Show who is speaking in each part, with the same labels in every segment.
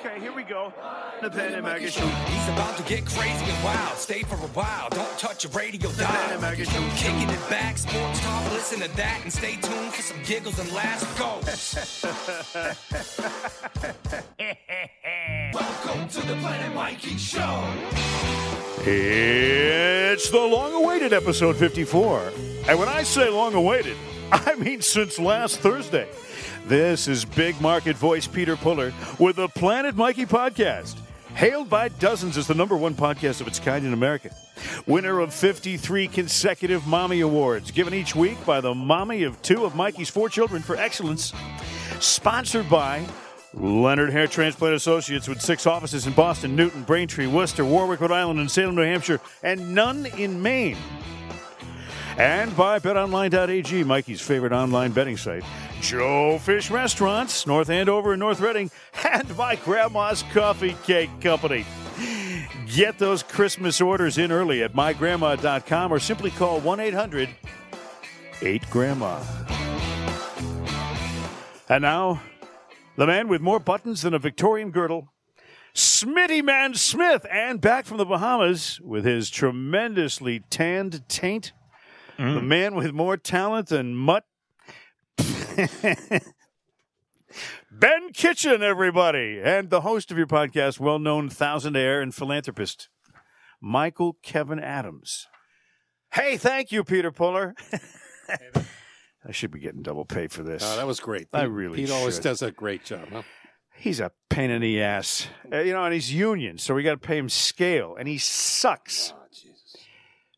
Speaker 1: Okay, here we go. The Panda
Speaker 2: Planet
Speaker 1: Mega
Speaker 2: Mega
Speaker 1: Show.
Speaker 2: Show. He's about to get crazy and wild. Stay for a while. Don't touch your radio dial.
Speaker 1: Planet Mega Show.
Speaker 2: Kicking it back, sports talk. Listen to that and stay tuned for some giggles and laughs. Go. Welcome to the Planet Mikey Show.
Speaker 3: It's the long awaited episode 54. And when I say long awaited, I mean since last Thursday. This is big market voice Peter Puller with the Planet Mikey podcast. Hailed by dozens as the number one podcast of its kind in America. Winner of 53 consecutive Mommy Awards, given each week by the mommy of two of Mikey's four children for excellence. Sponsored by Leonard Hair Transplant Associates with six offices in Boston, Newton, Braintree, Worcester, Warwick, Rhode Island, and Salem, New Hampshire, and none in Maine. And by betonline.ag, Mikey's favorite online betting site, Joe Fish Restaurants, North Andover and North Reading, and by Grandma's Coffee Cake Company. Get those Christmas orders in early at mygrandma.com or simply call 1 800 8 Grandma. And now, the man with more buttons than a Victorian girdle, Smitty Man Smith, and back from the Bahamas with his tremendously tanned taint, the man with more talent than mutt. Ben Kitchen, everybody, and the host of your podcast, well known thousandaire and philanthropist, Michael Kevin Adams. Hey, thank you, Peter Puller. I should be getting double pay for this.
Speaker 4: Oh, that was great.
Speaker 3: I
Speaker 4: Pete-
Speaker 3: really
Speaker 4: Pete always
Speaker 3: should.
Speaker 4: does a great job. Huh?
Speaker 3: He's a pain in the ass. Uh, You know, and he's union, so we got to pay him scale, and he sucks.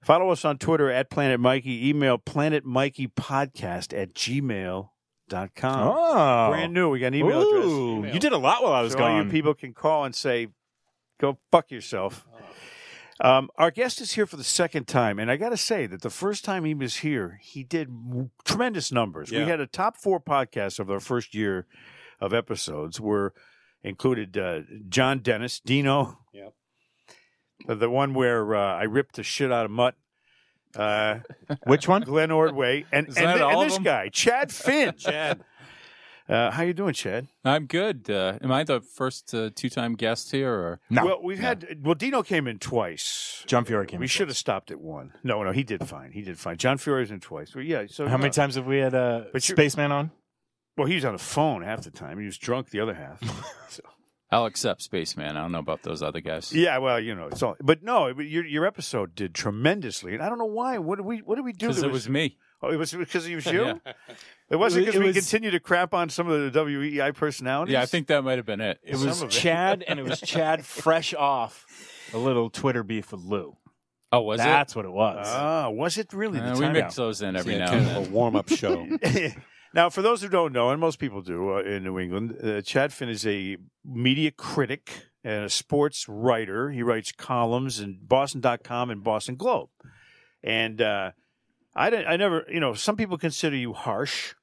Speaker 3: Follow us on Twitter at Planet Mikey. Email planetmikeypodcast at gmail.com.
Speaker 5: Oh,
Speaker 3: Brand new. We got an email address.
Speaker 5: Ooh, you did a lot while I was
Speaker 3: So all
Speaker 5: gone.
Speaker 3: you people can call and say, go fuck yourself. Um, our guest is here for the second time, and I got to say that the first time he was here, he did w- tremendous numbers.
Speaker 4: Yeah.
Speaker 3: We had a top four podcast of our first year of episodes, were included uh, John Dennis, Dino,
Speaker 4: Yep.
Speaker 3: the one where uh, I ripped the shit out of Mutt. Uh,
Speaker 5: Which one?
Speaker 3: Glenn Ordway and, and,
Speaker 6: Is that
Speaker 3: thi- and
Speaker 6: all of
Speaker 3: this
Speaker 6: them?
Speaker 3: guy, Chad Finch.
Speaker 4: Chad,
Speaker 3: Uh, how you doing, Chad?
Speaker 6: I'm good. Uh, am I the first uh, two-time guest here? Or
Speaker 5: No.
Speaker 3: Well, we've had well Dino came in twice.
Speaker 5: John Fiore came
Speaker 3: We
Speaker 5: in
Speaker 3: should have stopped at one. No, no, he did fine. He did fine. John Fiore's in twice. Well, yeah. So
Speaker 5: How many
Speaker 3: no.
Speaker 5: times have we had uh,
Speaker 3: But you-
Speaker 5: Spaceman on?
Speaker 3: Well, he was on the phone half the time. He was drunk the other half. So-
Speaker 6: I'll accept Spaceman. I don't know about those other guys.
Speaker 3: yeah. Well, you know, it's all. But no, it- your your episode did tremendously, and I don't know why. What did we What did we do?
Speaker 6: because
Speaker 3: that
Speaker 6: it was me.
Speaker 3: Oh, it was because it was you.
Speaker 6: Yeah.
Speaker 3: It wasn't
Speaker 5: It
Speaker 3: because we
Speaker 5: was-
Speaker 3: continue to crap on some of the WEI personalities.
Speaker 6: Yeah, I think that might have been it.
Speaker 5: It
Speaker 3: Some
Speaker 5: was
Speaker 3: of it.
Speaker 5: Chad, and it was Chad fresh off a little Twitter beef with Lou.
Speaker 6: Oh, was
Speaker 5: That's what it Uh, was.
Speaker 3: Ah, was it really
Speaker 6: it?
Speaker 3: the
Speaker 6: Uh, we
Speaker 3: time?
Speaker 6: mix those in every
Speaker 4: yeah,
Speaker 6: now
Speaker 4: kind
Speaker 6: and
Speaker 4: of
Speaker 6: then.
Speaker 4: a warm-up show.
Speaker 3: now, for those who don't know, and most people do uh, in New England, uh, Chad Finn is a media critic and a sports writer. He writes columns in Boston.com and Boston Globe. And uh, I, didn't, I never, you know, some people consider you harsh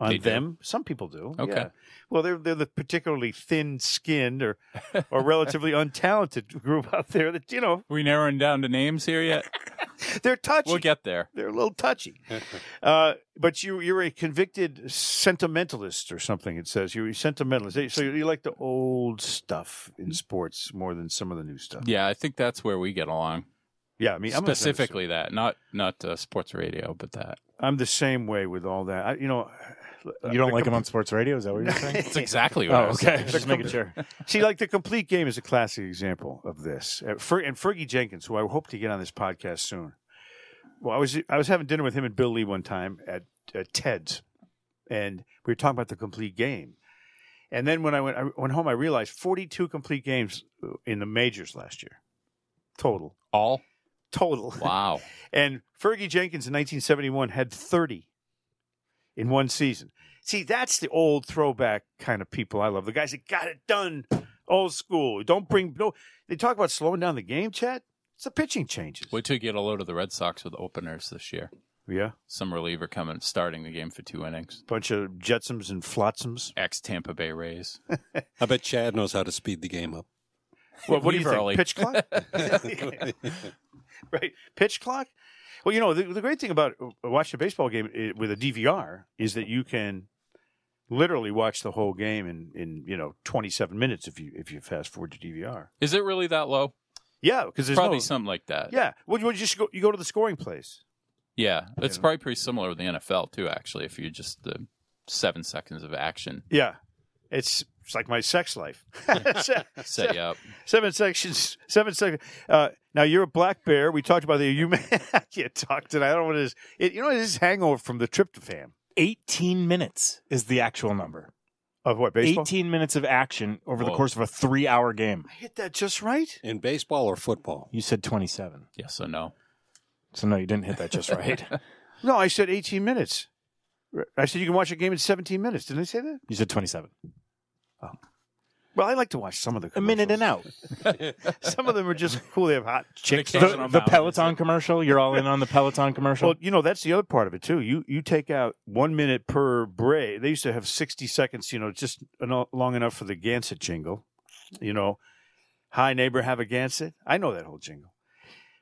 Speaker 3: on
Speaker 6: They do.
Speaker 3: them. Some people do.
Speaker 6: Okay.
Speaker 3: yeah. Well, they're, they're the particularly thin skinned or, or relatively untalented group out there that, you know,
Speaker 6: We narrowing down to names here yet?
Speaker 3: they're touchy.
Speaker 6: We'll get there.
Speaker 3: They're a little touchy. uh, but you, you're a convicted sentimentalist or something, it says. You're a sentimentalist. So you like the old stuff in sports more than some of the new stuff.
Speaker 6: Mm. Yeah, I think that's where we get along.
Speaker 3: Yeah, I mean, I'm a-
Speaker 6: Specifically, that not not uh, sports radio, but that.
Speaker 3: I'm the same way with all that. I, you know,
Speaker 5: you don't like him on sports radio? Is that what you're saying?
Speaker 6: That's exactly what
Speaker 5: oh,
Speaker 6: I was
Speaker 5: okay. Just making sure.
Speaker 3: See, like the complete game is a classic example of this. Uh, Fer- And Fergie Jenkins, who I hope to get on this podcast soon. Well, I was I was having dinner with him and Bill Lee one time at, at Ted's, and we were talking about the complete game. And then when I went I went home, I realized 42 complete games uh, in the majors last year, total,
Speaker 6: All
Speaker 3: total.
Speaker 6: wow.
Speaker 3: And Fergie Jenkins in 1971 had 30 in one season. See, that's the old throwback kind of people I love. The guys that got it done, old school. Don't bring no. They talk about slowing down the game, Chad. It's the pitching changes.
Speaker 6: Wait till you get a load of the Red Sox with openers this year.
Speaker 3: Yeah,
Speaker 6: Some reliever coming, starting the game for two innings.
Speaker 3: bunch of Jetsams and Flotsams.
Speaker 6: Ex Tampa Bay Rays.
Speaker 4: I bet Chad knows how to speed the game up.
Speaker 3: Well, what do you
Speaker 6: Leave
Speaker 3: think?
Speaker 6: early.
Speaker 3: Pitch clock, right? Pitch clock. Well, uh, you know the, the great thing about uh, watching a baseball game i- with a DVR is that you can literally watch the whole game in, in you know 27 minutes if you if you fast forward to DVR.
Speaker 6: Is it really that low?
Speaker 3: Yeah, because there's
Speaker 6: probably
Speaker 3: no,
Speaker 6: something like that.
Speaker 3: Yeah, well, you just go you go to the scoring place.
Speaker 6: Yeah, it's
Speaker 3: Yeah.
Speaker 6: probably pretty similar to the NFL too. Actually, if you just the seven seconds of action
Speaker 3: Yeah, it's it's like my sex life. Se-
Speaker 6: set you up.
Speaker 3: seven sections, seven seconds. Uh, now you're a black bear. We talked about the you. may- I can't talk tonight. I don't know what it is. It, you know, it is hangover from the tryptophan
Speaker 5: 18 minutes is the actual number.
Speaker 3: of what baseball.
Speaker 5: 18 minutes of action over the
Speaker 6: Whoa.
Speaker 5: course of a three hour game.
Speaker 3: I hit that just right.
Speaker 4: In baseball or football?
Speaker 5: You said 27.
Speaker 6: Yes or no?
Speaker 5: So, no, you didn't hit that just right.
Speaker 3: No, I said 18 minutes. I said you can watch a game in 17 minutes. Didn't I say that?
Speaker 5: you said 27.
Speaker 3: Well, I like to watch some of the
Speaker 5: A minute and out.
Speaker 3: commercials. Some of them are just cool. They have hot chicks.
Speaker 6: Vacation
Speaker 5: The,
Speaker 6: on
Speaker 5: the
Speaker 6: Maui.
Speaker 5: Peloton commercial. You're all in on the Peloton commercial.
Speaker 3: Well, you know that's the other part of it too. You you take out one minute per bray. They used to have sixty seconds. You know, just eno- long enough for the Gansett jingle. You know, hi neighbor, have a Gansett. I know that whole jingle.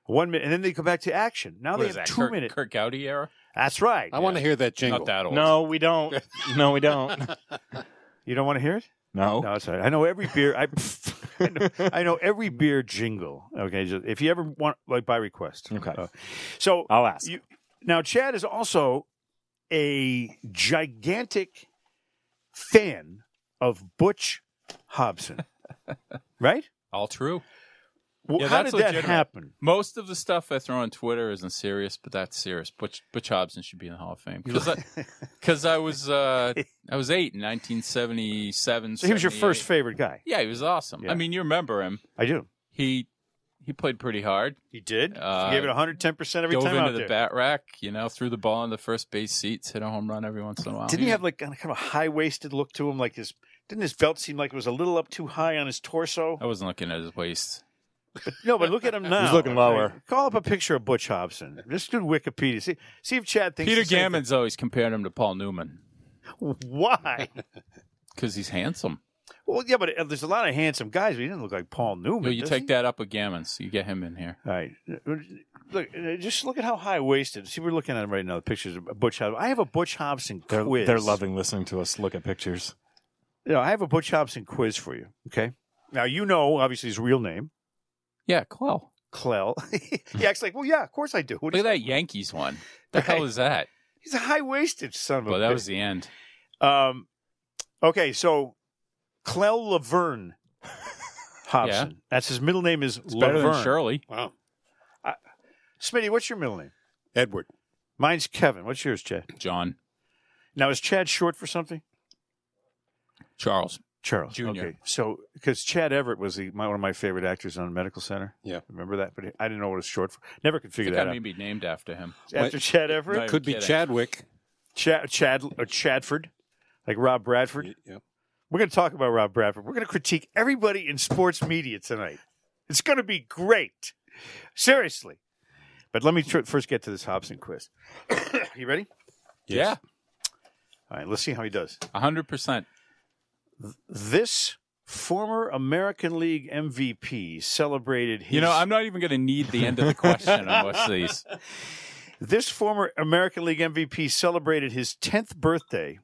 Speaker 3: One minute, and then they come back to action. Now
Speaker 6: What
Speaker 3: they
Speaker 6: is
Speaker 3: have
Speaker 6: that?
Speaker 3: two
Speaker 6: Kirk,
Speaker 3: minute.
Speaker 6: Kirk Gowdy era.
Speaker 3: That's right.
Speaker 4: I want to hear that jingle.
Speaker 6: Not that old.
Speaker 5: no, we don't. No, we don't.
Speaker 3: You don't want to hear it?
Speaker 6: Oh.
Speaker 5: No.
Speaker 3: No, it's all right. I know every beer. I, I, know, I know every beer jingle. Okay, just, if you ever want, like by request.
Speaker 5: Okay.
Speaker 3: Uh, so
Speaker 5: I'll ask.
Speaker 3: You- Now, Chad is also a gigantic fan of Butch Hobson, right?
Speaker 6: all true.
Speaker 3: Well,
Speaker 6: Yeah,
Speaker 3: how
Speaker 6: that's
Speaker 3: did that
Speaker 6: legitimate.
Speaker 3: happen?
Speaker 6: Most of the stuff I throw on Twitter isn't serious, but that's serious. Butch, Butch Hobson should be in the Hall of Fame because I, was uh, I was eight in 1977.
Speaker 3: So he was your
Speaker 6: 78.
Speaker 3: first favorite guy.
Speaker 6: Yeah, he was awesome.
Speaker 3: Yeah.
Speaker 6: I mean, you remember him.
Speaker 3: I do. he
Speaker 6: He he played pretty hard.
Speaker 3: He did.
Speaker 6: Uh,
Speaker 3: he gave it 110% every
Speaker 6: Dove
Speaker 3: time
Speaker 6: into
Speaker 3: out
Speaker 6: the
Speaker 3: there.
Speaker 6: bat rack, you know, threw the ball in the first base seats, hit a home run every once in a while.
Speaker 3: Didn't he have like kind of a high-waisted look to him? Like his didn't his belt seem like it was a little up too high on his torso?
Speaker 6: I wasn't looking at his waist.
Speaker 3: No, but look at him now.
Speaker 5: He's looking lower.
Speaker 3: Call up a picture of Butch Hobson. Just do Wikipedia. See, see if Chad thinks
Speaker 6: Peter
Speaker 3: the same
Speaker 6: Gammon's always compared him to Paul Newman
Speaker 3: thing. Why?
Speaker 6: because he's handsome.
Speaker 3: Well, yeah, but uh, there's a lot of handsome guys, but he didn't look like Paul Newman.
Speaker 6: You, know, you
Speaker 3: does
Speaker 6: take
Speaker 3: he?
Speaker 6: that up with Gammon's, you get him in here.
Speaker 3: All right. Uh, Look, uh, just look at how high waisted. See, we're looking at him right now. The pictures of Butch Hobson. I have a Butch Hobson
Speaker 5: They're,
Speaker 3: quiz.
Speaker 5: they're loving listening to us look at pictures.
Speaker 3: You know, I have a Butch Hobson quiz for you. Okay. Now you know, obviously, his real name,
Speaker 6: Yeah, Clell.
Speaker 3: Clell. he acts like, well, yeah, of course I do. What
Speaker 6: Look at
Speaker 3: is-
Speaker 6: that Yankees one. The hell
Speaker 3: Right.
Speaker 6: is that?
Speaker 3: He's a high waisted son of a.
Speaker 6: Well, that
Speaker 3: bitch.
Speaker 6: was the end.
Speaker 3: Um, okay, so Clell Laverne Hobson. That's his middle name is
Speaker 6: Better than
Speaker 3: Laverne.
Speaker 6: Shirley.
Speaker 4: Wow.
Speaker 3: Smitty, what's your middle name?
Speaker 4: Edward.
Speaker 3: Mine's Kevin. What's yours, Chad?
Speaker 6: John
Speaker 3: Now is Chad short for something?
Speaker 6: Charles.
Speaker 3: Charles
Speaker 6: Junior.
Speaker 3: Okay, so because Chad Everett was the, my, one of my favorite actors on Medical Center.
Speaker 4: Yeah.
Speaker 3: remember that? But I didn't know what it was short for. Never could
Speaker 6: I
Speaker 3: figure
Speaker 6: think I
Speaker 3: that
Speaker 6: may
Speaker 3: out.
Speaker 6: be named after him.
Speaker 3: After Chad Everett,
Speaker 6: No,
Speaker 4: Could be
Speaker 6: kidding.
Speaker 4: Chadwick.
Speaker 3: Chad, Chad or Chadford, like Rob Bradford.
Speaker 4: Yep.
Speaker 3: We're going to talk about Rob Bradford. We're going to critique everybody in sports media tonight. It's going to be great, seriously. But let me tr- first get to this Hobson quiz. you ready?
Speaker 4: Yes.
Speaker 3: All right, let's see how he does.
Speaker 6: Yeah, hundred percent.
Speaker 3: This former American League MVP celebrated his.
Speaker 6: You know, I'm not even going to need the end of the question on what's these.
Speaker 3: This former American League MVP celebrated his 10th birthday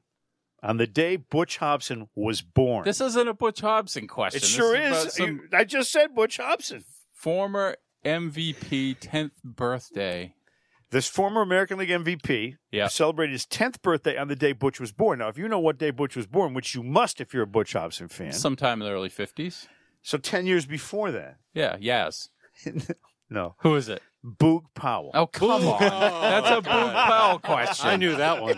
Speaker 3: on the day Butch Hobson was born.
Speaker 6: This isn't a Butch Hobson question.
Speaker 3: it
Speaker 6: This
Speaker 3: sure
Speaker 6: about
Speaker 3: is.
Speaker 6: some
Speaker 3: You- I just said Butch Hobson.
Speaker 6: former MVP, tenth birthday.
Speaker 3: This former American League MVP
Speaker 6: Yeah.
Speaker 3: celebrated his 10th birthday on the day Butch was born. Now, if you know what day Butch was born, which you must if you're a Butch Hobson fan,
Speaker 6: Sometime in the early fifties.
Speaker 3: so 10 years before that.
Speaker 6: Yeah, Yaz.
Speaker 3: No.
Speaker 6: Who is it?
Speaker 3: Boog Powell.
Speaker 6: Oh come on. That's
Speaker 3: Oh,
Speaker 6: a Boog Powell question.
Speaker 4: I knew that one.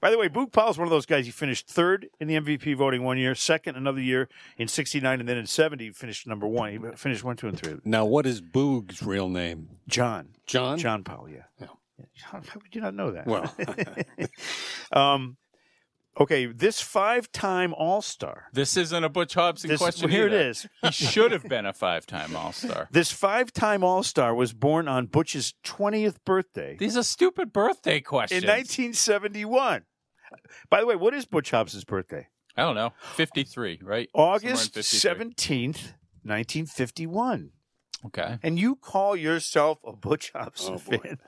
Speaker 3: By the way, Boog Powell's one of those guys. He finished third in the MVP voting one year, second another year in 69, and then in 70, he finished number one. He finished one, two, and three.
Speaker 4: Now, what is Boog's real name?
Speaker 3: John.
Speaker 4: John?
Speaker 3: John Powell, yeah.
Speaker 4: Yeah.
Speaker 3: John, how would you not know that?
Speaker 4: Well,
Speaker 3: um, okay, this five-time All-Star.
Speaker 6: This isn't a Butch Hobson
Speaker 3: This,
Speaker 6: question.
Speaker 3: well, here it
Speaker 6: either.
Speaker 3: is.
Speaker 6: He should have been a five-time All-Star.
Speaker 3: This five-time All-Star was born on Butch's 20th birthday
Speaker 6: These are stupid birthday questions.
Speaker 3: in 1971. By the way, what is Butch Hobson's birthday?
Speaker 6: I don't know. Fifty-three, right? Somewhere in
Speaker 3: August
Speaker 6: 53.
Speaker 3: 17th, 1951.
Speaker 6: Okay.
Speaker 3: And you call
Speaker 6: Oh,
Speaker 3: yourself a Butch Hobson fan.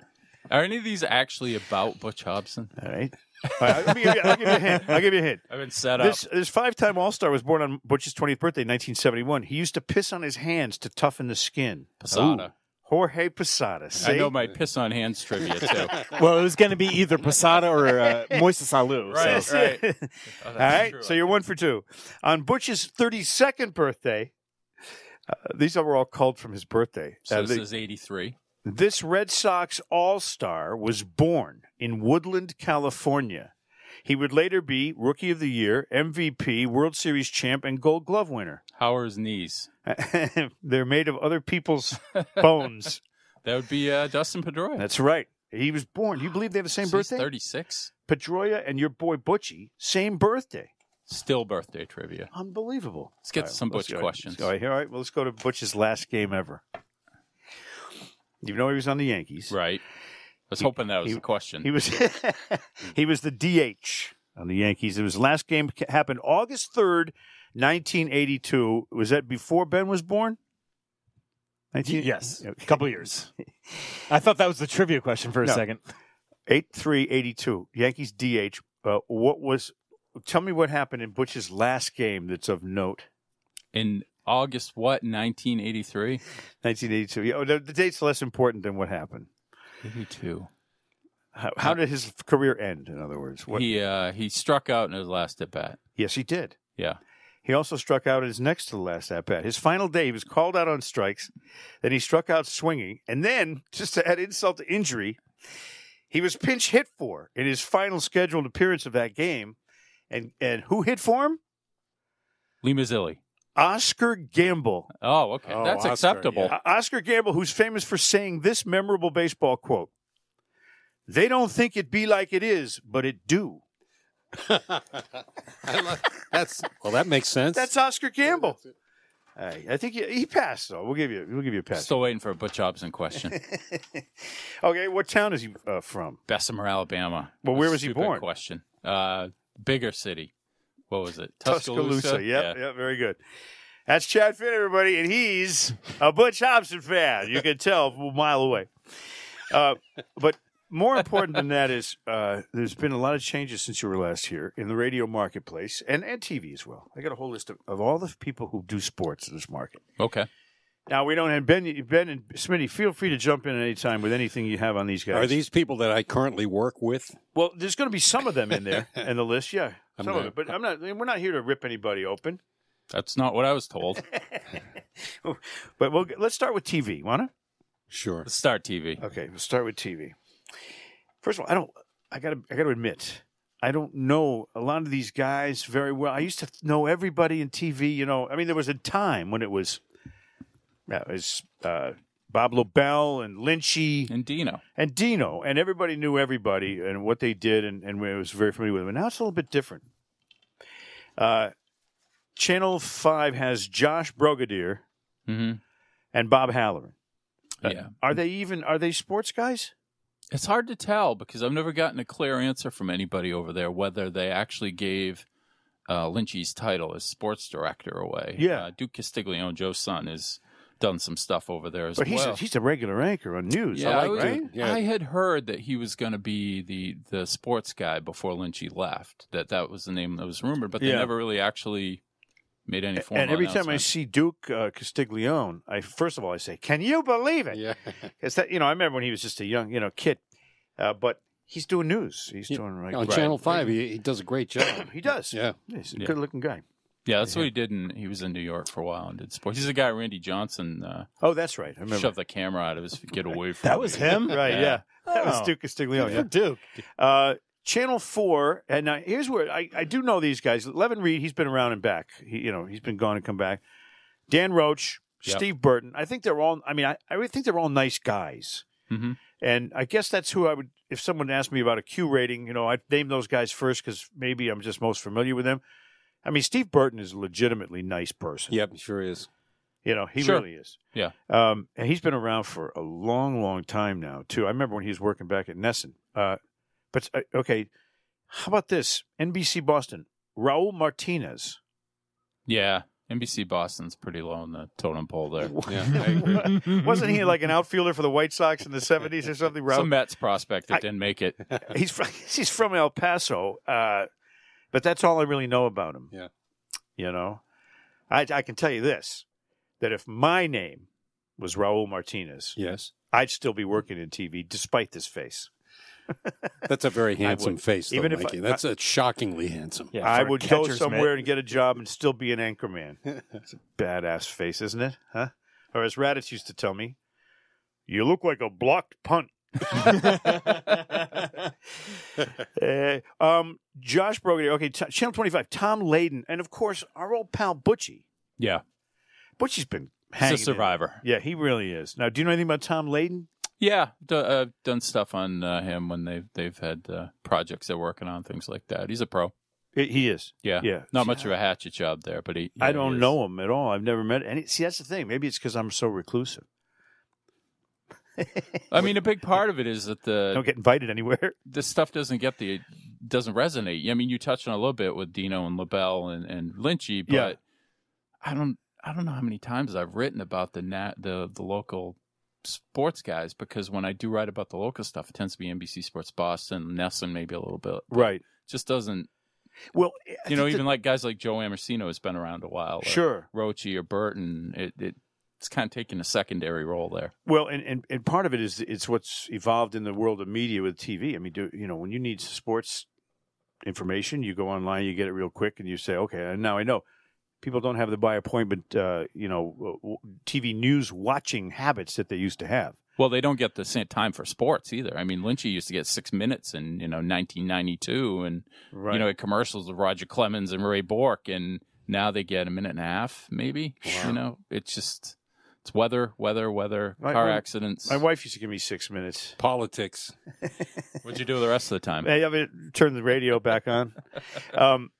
Speaker 6: Are any of these actually about Butch Hobson?
Speaker 3: All right. All right, I'll, give you, I'll give you a hint. I'll give you a hint.
Speaker 6: I've been set up.
Speaker 3: This, this five-time All-Star was born on Butch's 20th birthday, 1971. He used to piss on his hands to toughen the skin.
Speaker 6: Posada.
Speaker 3: Jorge Posada.
Speaker 6: I
Speaker 3: See?
Speaker 6: know my piss on hands trivia too.
Speaker 5: Well, it was going to be either Posada or uh, Moises Alou.
Speaker 6: Right.
Speaker 5: So.
Speaker 3: That's it. All right, so you're one for two. On Butch's 32nd birthday, uh, these were all culled from his birthday.
Speaker 6: So
Speaker 3: Uh,
Speaker 6: this
Speaker 3: the-
Speaker 6: is 83.
Speaker 3: This Red Sox All Star was born in Woodland, California. He would later be Rookie of the Year, MVP, World Series champ, and Gold Glove winner.
Speaker 6: Howard's knees.
Speaker 3: They're made of other people's bones.
Speaker 6: That would be uh, Dustin Pedroia.
Speaker 3: That's right. He was born. You believe they have the same
Speaker 6: So he's
Speaker 3: birthday?
Speaker 6: 36.
Speaker 3: Pedroia and your boy Butchie, same birthday.
Speaker 6: Still birthday trivia.
Speaker 3: Unbelievable.
Speaker 6: Let's get
Speaker 3: All
Speaker 6: to some
Speaker 3: let's
Speaker 6: Butch
Speaker 3: go.
Speaker 6: questions.
Speaker 3: Let's go. All right, here, all right, well, let's go to Butch's last game ever. You know he was on the Yankees.
Speaker 6: Right. I was hoping that was
Speaker 3: he-
Speaker 6: the question.
Speaker 3: He was he was the DH on the Yankees. It was last game ca- happened August third, nineteen eighty two. Was that before Ben was born? 19,
Speaker 5: Yes. A couple years. I thought that was the trivia question for a
Speaker 3: No.
Speaker 5: second.
Speaker 3: eight three eighty two. Yankees DH. Uh, what was? Tell me what happened in Butch's last game that's of note.
Speaker 6: In August, what, 1983?
Speaker 3: 1982. Yeah, oh, the, the date's less important than what happened.
Speaker 6: 82.
Speaker 3: How, how did his career end? In other words, what?
Speaker 6: He, uh, he struck out in his last at bat.
Speaker 3: yes, he did.
Speaker 6: Yeah.
Speaker 3: He also struck out his next to the last at bat. His final day, he was called out on strikes. Then he struck out swinging. And then, just to add insult to injury, he was pinch hit for in his final scheduled appearance of that game. And and who hit for him?
Speaker 6: Lee Mazzilli.
Speaker 3: Oscar Gamble.
Speaker 6: Oh, okay.
Speaker 4: Oh,
Speaker 6: That's
Speaker 4: Oscar,
Speaker 6: acceptable.
Speaker 3: O- Oscar Gamble, who's famous for saying this memorable baseball quote They don't think it be like it is, but it do.
Speaker 4: I love- that's well, that makes sense.
Speaker 3: That's Oscar Gamble. All right, I think he, he passed, though. We'll give you, we'll give you a pass.
Speaker 6: Still waiting for a Butch Hobson question.
Speaker 3: okay, what town is he uh, from?
Speaker 6: Bessemer, Alabama.
Speaker 3: Well, where was he
Speaker 6: Stupid
Speaker 3: born?
Speaker 6: Question. Uh, bigger city. What was it?
Speaker 3: Tuscaloosa. Yep,
Speaker 6: Yeah.
Speaker 3: yep, very good. That's Chad Finn, everybody, and he's a Butch Hobson fan. You can tell from a mile away. Uh, but more important than that is uh, there's been a lot of changes since you were last here in the radio marketplace and, and TV as well. I got a whole list of, of all the people who do sports in this market.
Speaker 6: Okay.
Speaker 3: Now we don't have Ben, Ben and Smitty. Feel free to jump in at any time with anything you have on these guys.
Speaker 4: Are these people that I currently work with?
Speaker 3: Well, there's going to be some of them in there in the list. Yeah,
Speaker 4: I'm
Speaker 3: some of
Speaker 4: not-
Speaker 3: it. But I'm not. We're not here to rip anybody open.
Speaker 6: That's not what I was told.
Speaker 3: But we'll, let's start with TV. Wanna?
Speaker 4: Sure.
Speaker 6: Let's start TV.
Speaker 3: Okay, we'll start with TV. First of all, I don't. I gotta. I gotta admit, I don't know a lot of these guys very well. I used to know everybody in TV. You know, I mean, there was a time when it was, yeah, it was uh, Bob Lobel and Lynchy
Speaker 6: And Dino.
Speaker 3: and Dino, and everybody knew everybody and what they did, and and was very familiar with them. And now it's a little bit different. Uh, Channel Five has Josh Brigadier
Speaker 6: hmm
Speaker 3: and Bob Halloran. Uh,
Speaker 6: Yeah.
Speaker 3: Are they even? Are they sports guys?
Speaker 6: It's hard to tell because I've never gotten a clear answer from anybody over there whether they actually gave uh, Lynch's title as sports director away.
Speaker 3: Yeah.
Speaker 6: Uh, Duke Castiglione, Joe's son, has done some stuff over there as
Speaker 3: But he's
Speaker 6: well.
Speaker 3: a, he's a regular anchor on news.
Speaker 6: yeah, I,
Speaker 3: like,
Speaker 6: was-
Speaker 3: right?
Speaker 4: Yeah.
Speaker 6: I had heard that he was going to be the, the sports guy before Lynchy left. That that was the name that was rumored, but they
Speaker 3: Yeah.
Speaker 6: never really actually made any formal.
Speaker 3: And every time I
Speaker 6: announcement.
Speaker 3: see Duke uh, Castiglione, I first of all I say, "Can you believe it?"
Speaker 4: Yeah.
Speaker 3: It's that you know I remember when he was just a young you know kid, uh, but he's doing news. He's
Speaker 4: Yeah.
Speaker 3: doing like
Speaker 4: On
Speaker 6: Right.
Speaker 4: Channel Five, he, he does a great job.
Speaker 3: he does.
Speaker 4: Yeah.
Speaker 3: he's a
Speaker 6: Oh, Yeah.
Speaker 3: good looking guy.
Speaker 6: Yeah, that's what he did. In, he was in New York for a while and did sports. He's the guy Randy Johnson uh,
Speaker 3: Oh, that's right. I remember.
Speaker 6: shoved the camera out of his get away from.
Speaker 5: That
Speaker 6: me.
Speaker 5: was him?
Speaker 3: Right, yeah.
Speaker 6: Yeah.
Speaker 3: That was
Speaker 5: Oh.
Speaker 3: Duke Castiglione.
Speaker 5: Good
Speaker 3: Yeah.
Speaker 5: for Duke.
Speaker 3: Uh, Channel Four, and now here's where I, I do know these guys. Levin Reed, he's been around and back. He, you know, he's been gone and come back. Dan Roach,
Speaker 6: Yep.
Speaker 3: Steve Burton. I think they're all. I mean, I, I would think they're all nice guys.
Speaker 6: Mhm.
Speaker 3: And I guess that's who I would. If someone asked me about a Q rating, you know, I'd name those guys first because maybe I'm just most familiar with them. I mean, Steve Burton is a legitimately nice person.
Speaker 4: Yep, he sure is.
Speaker 3: You know, he
Speaker 6: Sure.
Speaker 3: really is.
Speaker 6: Yeah.
Speaker 3: Um, and he's been around for a long, long time now, too. I remember when he was working back at Nesson. Uh, but, uh, okay, how about this? NBC Boston, Raul Martinez.
Speaker 6: Yeah, NBC Boston's pretty low on the totem pole there.
Speaker 4: Yeah, I agree.
Speaker 3: Wasn't he like an outfielder for the White Sox in the '70s or something?
Speaker 6: Some
Speaker 3: Rob?
Speaker 6: Mets prospect that didn't make it.
Speaker 3: he's from, he's from El Paso, uh, but that's all I really know about him.
Speaker 4: Yeah.
Speaker 3: you know, I, I can tell you this: that if my name was Raul Martinez,
Speaker 4: yes,
Speaker 3: I'd still be working in TV despite this face.
Speaker 4: that's a very handsome face, though,
Speaker 3: Even if
Speaker 4: Mikey.
Speaker 3: I-
Speaker 4: that's a shockingly handsome.
Speaker 5: Yeah,
Speaker 3: I
Speaker 5: for a
Speaker 3: would go
Speaker 5: catcher's
Speaker 3: somewhere
Speaker 5: mitt.
Speaker 3: and get a job and still be an anchorman. It's a badass face, isn't it? Huh? Or as Raditz used to tell me, you look like a blocked punt. Uh, um, Josh Brogody, okay, t- Channel 25, Tom Layden, and of course, our old pal Butchie.
Speaker 6: Yeah,
Speaker 3: Butchie's been hanging.
Speaker 6: he's a
Speaker 3: in.
Speaker 6: survivor.
Speaker 3: Yeah, he really is. Now, do you know anything about Tom Layden?
Speaker 6: Yeah, d- uh, done stuff on uh, him when they've they've had uh, projects they're working on things like that. He's a pro.
Speaker 3: He- he is.
Speaker 6: Yeah,
Speaker 3: Yeah.
Speaker 6: Not much of a hatchet job there, but he. yeah,
Speaker 3: I
Speaker 6: he
Speaker 3: don't
Speaker 6: is.
Speaker 3: know him at all. I've never met any. See, that's the thing. Maybe it's because I'm so reclusive.
Speaker 6: I mean, a big part of it is that
Speaker 3: I
Speaker 6: the
Speaker 3: don't get invited anywhere.
Speaker 6: this stuff doesn't get the doesn't resonate. I mean, you touched on it a little bit with Dino and LaBelle and and Lynchy, but
Speaker 3: Yeah.
Speaker 6: I don't I don't know how many times I've written about the nat the the local sports guys because when I do write about the local stuff, it tends to be NBC Sports Boston, Nelson, maybe a little bit.
Speaker 3: Right.
Speaker 6: Just doesn't
Speaker 3: Well, I
Speaker 6: you know
Speaker 3: think
Speaker 6: even
Speaker 3: that-
Speaker 6: like guys like Joe Amorcino has been around a while. or
Speaker 3: sure.
Speaker 6: Rochi or Burton, it, it it's kind of taking a secondary role there.
Speaker 3: Well, and, and, and part of it is it's what's evolved in the world of media with TV. I mean, do, you know, when you need sports information, you go online, you get it real quick, and you say, okay, now I know. People don't have the by appointment, uh, you know, w- w- TV news watching habits that they used to have.
Speaker 6: Well, they don't get the same time for sports either. I mean, Lynchy used to get six minutes in you know 1992, and
Speaker 3: Right.
Speaker 6: you know commercials with Roger Clemens and Ray Bork, and now they get a minute and a half, maybe. You know, it's just it's weather, weather, weather,
Speaker 3: My-
Speaker 6: car
Speaker 3: my-
Speaker 6: accidents.
Speaker 3: my wife used to give me six minutes.
Speaker 4: Politics.
Speaker 6: What'd you do the rest of the time?
Speaker 3: Hey, I mean, turn the radio back on. um,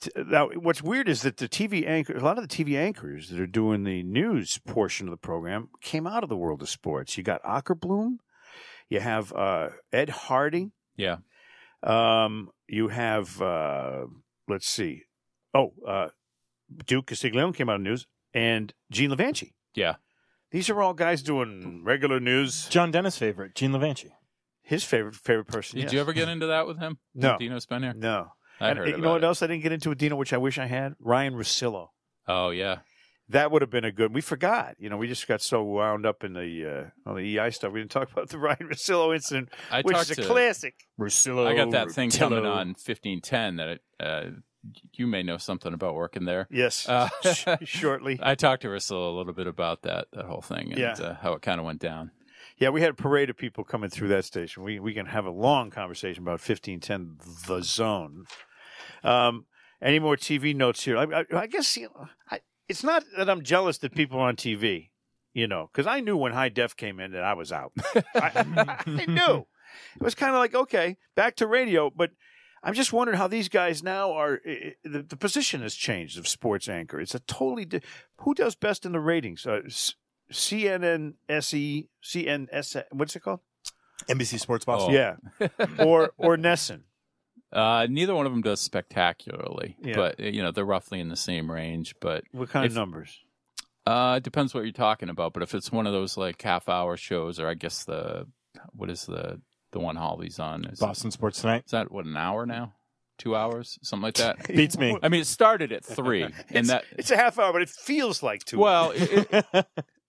Speaker 3: t- now, what's weird is that the TV anchor, a lot of the TV anchors that are doing the news portion of the program came out of the world of sports. You got Ackerbloom, you have uh, Ed Harding,
Speaker 6: Yeah,
Speaker 3: um, you have uh, let's see, oh, uh, Duke Castiglione came out of news, and Gene Levanchi.
Speaker 6: yeah.
Speaker 3: These are all guys doing regular news.
Speaker 5: John Dennis' favorite, Gene Levanchi.
Speaker 3: His favorite favorite person.
Speaker 6: Did
Speaker 3: yes.
Speaker 6: you ever get into that with him?
Speaker 3: No.
Speaker 6: Did Dino Spanier.
Speaker 3: No.
Speaker 6: I
Speaker 3: and eh,
Speaker 6: heard
Speaker 3: you
Speaker 6: about
Speaker 3: know what
Speaker 6: it.
Speaker 3: else I didn't get into with Dino, which I wish I had? Ryan Rosillo.
Speaker 6: Oh yeah.
Speaker 3: That would have been a good. We forgot. You know, we just got so wound up in the uh, on the EI stuff. We didn't talk about the Ryan Rosillo incident,
Speaker 6: I
Speaker 3: which
Speaker 6: talked
Speaker 3: is a
Speaker 6: to-
Speaker 3: classic.
Speaker 5: Russillo.
Speaker 6: I got that thing
Speaker 5: Rutillo.
Speaker 6: coming on fifteen ten that it, uh, you may know something about working there.
Speaker 3: Yes,
Speaker 6: Uh,
Speaker 3: sh- shortly.
Speaker 6: I talked to Russell a little bit about that that whole thing and
Speaker 3: Yeah.
Speaker 6: uh, how it kind of went down.
Speaker 3: Yeah, we had a parade of people coming through that station. We we can have a long conversation about fifteen ten the zone. Um, any more TV notes here? I, I, I guess you know, I, it's not that I'm jealous that people are on TV, you know, because I knew when high def came in that I was out. I, I knew it was kind of like okay, back to radio, but. I'm just wondering how these guys now are. i- i- The, the position has changed of sports anchor. It's a totally. Di- who does best in the ratings? Uh, S- CNN, SE, CNS. What's it called?
Speaker 5: NBC Sports
Speaker 6: Oh.
Speaker 5: Boston.
Speaker 3: Yeah, or or Nesson.
Speaker 6: Uh, neither one of them does spectacularly,
Speaker 3: Yeah.
Speaker 6: but uh, you know they're roughly in the same range. But
Speaker 3: What kind
Speaker 6: If-
Speaker 3: of numbers?
Speaker 6: uh, it depends what you're talking about. But if it's one of those like half hour shows, or I guess the what is the the one Holly's on is,
Speaker 5: Boston Sports Tonight.
Speaker 6: is that what an hour now, two hours, something like that.
Speaker 5: Beats me.
Speaker 6: I mean, it started at three, and that
Speaker 3: It's a half hour, but it feels like two.
Speaker 6: well, it, it-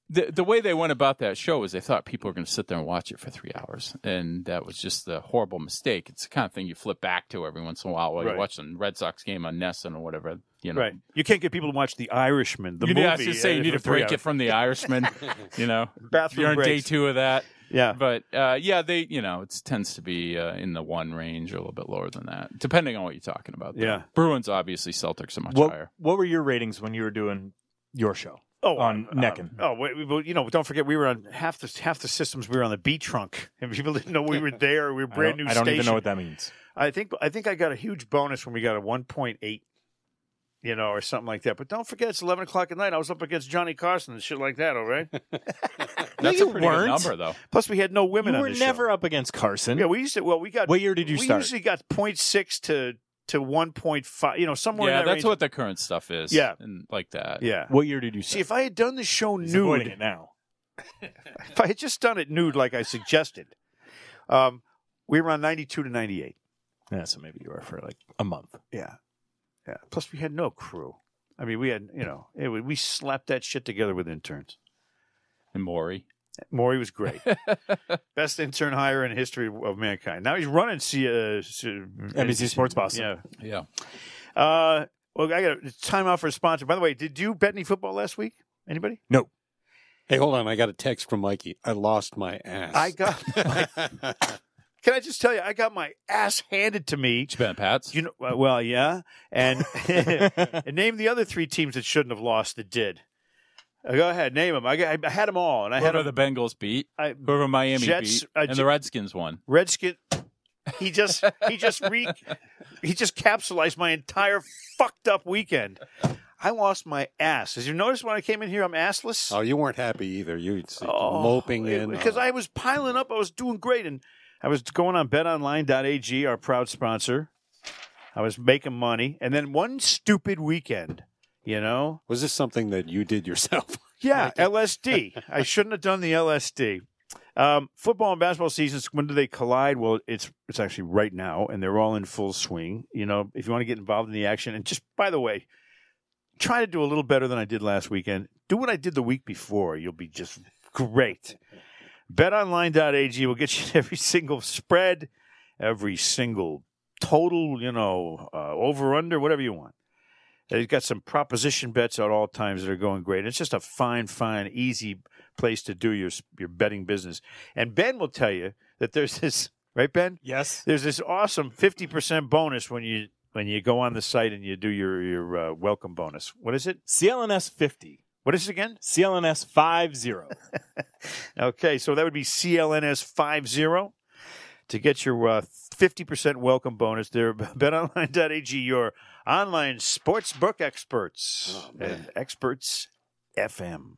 Speaker 6: the the way they went about that show is they thought people were going to sit there and watch it for three hours, and that was just a horrible mistake. It's the kind of thing you flip back to every once in a while while
Speaker 3: Right.
Speaker 6: you're watching Red Sox game on Nesson or whatever. You know,
Speaker 3: right. You can't get people to watch The Irishman, the
Speaker 6: you
Speaker 3: movie.
Speaker 6: Need, I was just saying, you
Speaker 3: uh,
Speaker 6: need to
Speaker 3: for three
Speaker 6: break
Speaker 3: hours.
Speaker 6: it from the Irishman. you know,
Speaker 3: Bathroom
Speaker 6: you're on day
Speaker 3: breaks.
Speaker 6: two of that.
Speaker 3: Yeah.
Speaker 6: But uh, yeah, they you know it tends to be uh, in the one range or a little bit lower than that, depending on what you're talking about. though.
Speaker 3: Yeah.
Speaker 6: Bruins obviously Celtics are much
Speaker 5: What,
Speaker 6: higher.
Speaker 5: what were your ratings when you were doing your show?
Speaker 3: Oh,
Speaker 5: on
Speaker 3: uh,
Speaker 5: Neckin.
Speaker 3: Oh, wait, we- well, you know, don't forget we were on half the half the systems. We were on the B trunk, and people didn't know we were there. We were brand
Speaker 5: I don't,
Speaker 3: new.
Speaker 5: I don't even
Speaker 3: station.
Speaker 5: know what that means.
Speaker 3: I think I think I got a huge bonus when we got a 1.8, you know, or something like that. But don't forget, it's 11 o'clock at night. I was up against Johnny Carson and shit like that. All right.
Speaker 6: That's
Speaker 5: you
Speaker 6: a pretty good
Speaker 5: weren't.
Speaker 6: number though.
Speaker 3: Plus, we had no
Speaker 5: You
Speaker 3: women. on
Speaker 5: were
Speaker 3: this
Speaker 5: never
Speaker 3: Show.
Speaker 5: up against Carson.
Speaker 3: Yeah, we used to. Well, we got.
Speaker 5: What year did you
Speaker 3: we
Speaker 5: start?
Speaker 3: usually got 0.6 to to 1.5, you know, somewhere
Speaker 6: yeah,
Speaker 3: in that
Speaker 6: that's
Speaker 3: range.
Speaker 6: what the current stuff is.
Speaker 3: Yeah.
Speaker 6: and like that.
Speaker 3: Yeah.
Speaker 5: What year did you
Speaker 3: See,
Speaker 5: see?
Speaker 3: if I had done the show
Speaker 5: He's avoiding
Speaker 3: nude,
Speaker 5: it now.
Speaker 3: if I had just done it nude like I suggested, um, we were on 92 to 98.
Speaker 5: Yeah, so maybe you were for like a month.
Speaker 3: Yeah. Yeah. Plus, we had no crew. I mean, we had, you know, it, wa- we slapped that shit together with interns.
Speaker 6: and Maury.
Speaker 3: Maury was great. Best intern hire in the history of mankind. Now he's running C, uh, C,
Speaker 5: NBC Sports Boston.
Speaker 3: Yeah.
Speaker 6: Yeah,
Speaker 3: Uh, well, I got a time out for a sponsor. By the way, did you bet any football last week? Anybody?
Speaker 4: Hey, hold on. I got a text from Mikey. I lost my ass.
Speaker 3: I got. Can I just tell you? I got my ass handed to me.
Speaker 6: did you bet on Pats?
Speaker 3: You know, uh, well, yeah, and, and name the other three teams that shouldn't have lost that did. Uh, go ahead, name them. I, got, I had them all, and I had
Speaker 6: Whoever
Speaker 3: 'em-
Speaker 6: the Bengals beat,
Speaker 3: I,
Speaker 6: whoever Miami
Speaker 3: Jets,
Speaker 6: beat,
Speaker 3: uh,
Speaker 6: and
Speaker 3: J-
Speaker 6: the Redskins won.
Speaker 3: Redskin. He just he just re he just capsulized my entire fucked up weekend. I lost my ass. As you notice when I came in here, I'm assless.
Speaker 4: Oh, you weren't happy either. You were just
Speaker 3: Oh,
Speaker 4: moping
Speaker 3: it-
Speaker 4: in.
Speaker 3: because I was piling up. I was doing great, and I was going on BetOnline.ag, our proud sponsor. I was making money, and then one stupid weekend, you know,
Speaker 4: was this something that you did yourself?
Speaker 3: yeah, LSD. I shouldn't have done the LSD. Um, football and basketball seasons. When do they collide? Well, it's it's actually right now, and they're all in full swing. You know, if you want to get involved in the action, and just by the way, try to do a little better than I did last weekend. Do what I did the week before. You'll be just great. BetOnline.ag will get you every single spread, every single total. You know, uh, over under, whatever you want. They've got some proposition bets at all times that are going great. It's just a fine, fine, easy place to do your your betting business. And Ben will tell you that there's this right, Ben.
Speaker 5: Yes.
Speaker 3: There's this awesome fifty percent bonus when you when you go on the site and you do your your uh, welcome bonus. What is it?
Speaker 5: CLNS 50.
Speaker 3: What is it again?
Speaker 5: CLNS 50.
Speaker 3: Okay, so that would be CLNS 50 to get your uh, 50% welcome bonus there. BetOnline.ag, your online sports book experts
Speaker 4: Oh, man.
Speaker 3: and experts FM.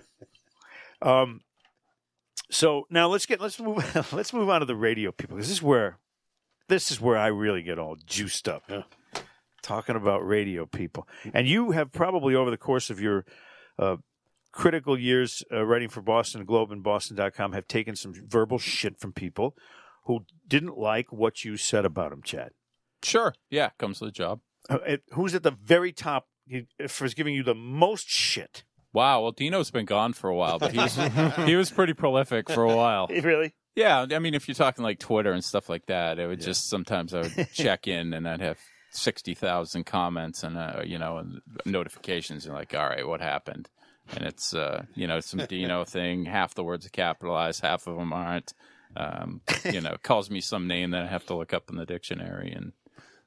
Speaker 3: um, so now let's get let's move let's move on to the radio people because this is where this is where I really get all juiced up
Speaker 4: Yeah.
Speaker 3: talking about radio people. And you have probably over the course of your uh, critical years uh, writing for Boston Globe and Boston.com have taken some verbal shit from people who didn't like what you said about them, Chad.
Speaker 6: Sure. Yeah, comes with the job.
Speaker 3: Uh, it- who's at the very top uh, for giving you the most shit?
Speaker 6: Wow. Well, Dino's been gone for a while, but he was he was pretty prolific for a while.
Speaker 3: Really?
Speaker 6: Yeah, I mean, if you're talking like Twitter and stuff like that, it would just sometimes I would check in and I'd have sixty thousand comments and uh, you know and notifications. And like, all right, what happened? And it's uh, you know some Dino thing. Half the words are capitalized, half of them aren't. Um, you know, calls me some name that I have to look up in the dictionary and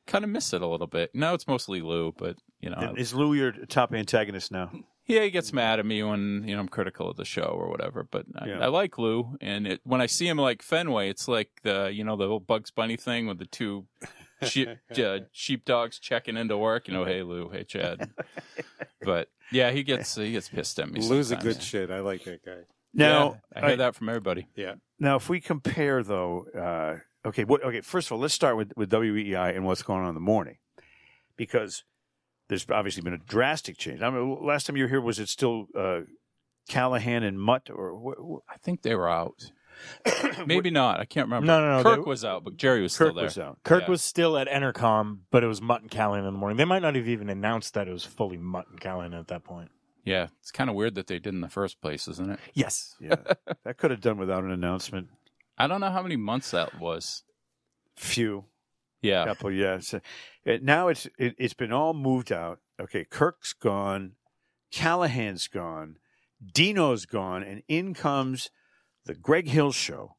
Speaker 6: kind of miss it a little bit. Now it's mostly Lou, but you know, I-
Speaker 3: Uh, Is Lou your top antagonist now?
Speaker 6: yeah, he gets mad at me when you know I'm critical of the show or whatever. But I,
Speaker 3: Yeah.
Speaker 6: I like Lou, and it, when I see him like Fenway, it's like the you know the old Bugs Bunny thing with the two sheep uh, sheepdogs checking into work. You know, hey Lou, hey Chad. But yeah, he gets he gets pissed at me.
Speaker 4: Lose a
Speaker 6: sometimes.
Speaker 4: good shit. I like that guy.
Speaker 3: Now,
Speaker 6: Yeah, I hear that from everybody.
Speaker 3: now, if we compare though, uh, okay, what, okay. First of all, let's start with with WEI and what's going on in the morning, because there's obviously been a drastic change. I mean, last time you were here, was it still uh, Callahan and Mutt, or wh-
Speaker 6: I think they were out. Maybe not. I can't remember.
Speaker 5: No, no, no,
Speaker 6: Kirk
Speaker 5: they-
Speaker 6: was out, but Jerry was
Speaker 3: wh-
Speaker 6: still
Speaker 3: Kirk
Speaker 6: there.
Speaker 3: was out?
Speaker 5: Kirk
Speaker 6: Yeah.
Speaker 5: was still at Entercom, but it was Mutt and Callahan in the morning. They might not have even announced that it was fully Mutt and Callahan at that point.
Speaker 6: Yeah, it's kind of weird that they did in the first place, isn't it?
Speaker 5: Yes.
Speaker 3: Yeah, that could have done without an announcement.
Speaker 6: I don't know how many months that was.
Speaker 3: Few
Speaker 6: Yeah,
Speaker 3: couple, yeah. So, it, now it's it, it's been all moved out. Okay, Kirk's gone, Callahan's gone, Dino's gone, and in comes the Greg Hill show,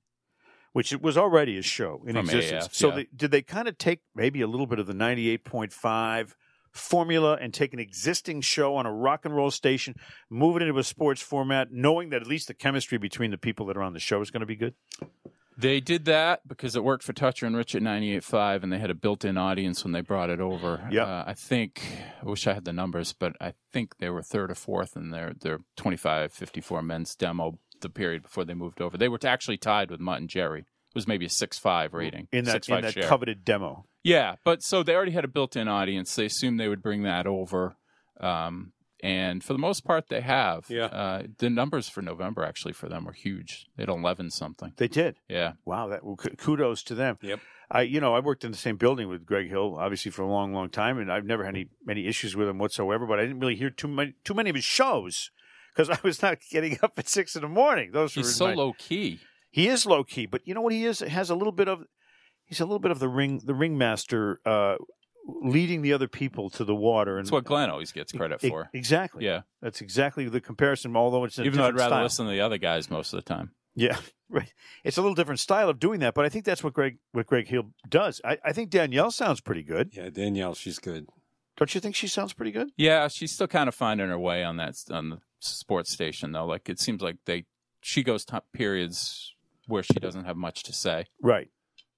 Speaker 3: which it was already a show in
Speaker 6: From
Speaker 3: existence.
Speaker 6: AAF,
Speaker 3: so
Speaker 6: yeah.
Speaker 3: they, did they kind of take maybe a little bit of the ninety eight point five formula and take an existing show on a rock and roll station, move it into a sports format, knowing that at least the chemistry between the people that are on the show is going to be good?
Speaker 6: They did that because it worked for Toucher and Rich at 98.5, and they had a built in audience when they brought it over.
Speaker 3: Yep.
Speaker 6: Uh, I think, I wish I had the numbers, but I think they were third or fourth in their, their 25 54 men's demo the period before they moved over. They were actually tied with Mutt and Jerry. It was maybe a 6 5 rating.
Speaker 3: In that,
Speaker 6: 6'5"
Speaker 3: in that
Speaker 6: share.
Speaker 3: coveted demo.
Speaker 6: Yeah, but so they already had a built-in audience. They assumed they would bring that over, um, and for the most part, they have.
Speaker 4: Yeah.
Speaker 6: Uh, the numbers for November actually for them were huge. They had eleven something.
Speaker 3: They did.
Speaker 6: Yeah.
Speaker 3: Wow, that well, k- kudos to them.
Speaker 4: Yep.
Speaker 3: I, you know, I worked in the same building with Greg Hill, obviously for a long, long time, and I've never had any many issues with him whatsoever. But I didn't really hear too many too many of his shows because I was not getting up at six in the morning. Those were
Speaker 6: He's so
Speaker 3: my-
Speaker 6: low key.
Speaker 3: He is low key, but you know what he is? It has a little bit of he's a little bit of the ring the ringmaster uh, leading the other people to the water. And
Speaker 6: That's what Glenn always gets credit
Speaker 3: E-
Speaker 6: for.
Speaker 3: exactly.
Speaker 6: Yeah.
Speaker 3: that's exactly the comparison. Although it's a
Speaker 6: Even though I'd
Speaker 3: different
Speaker 6: rather
Speaker 3: style.
Speaker 6: listen to the other guys most of the time.
Speaker 3: Yeah, right. It's a little different style of doing that, but I think that's what Greg what Greg Hill does. I, I think Danielle sounds pretty good.
Speaker 4: Yeah, Danielle, she's good.
Speaker 3: Don't you think she sounds pretty good?
Speaker 6: Yeah, she's still kind of finding her way on that on the sports station though. Like it seems like they she goes top periods where she doesn't have much to say.
Speaker 3: Right.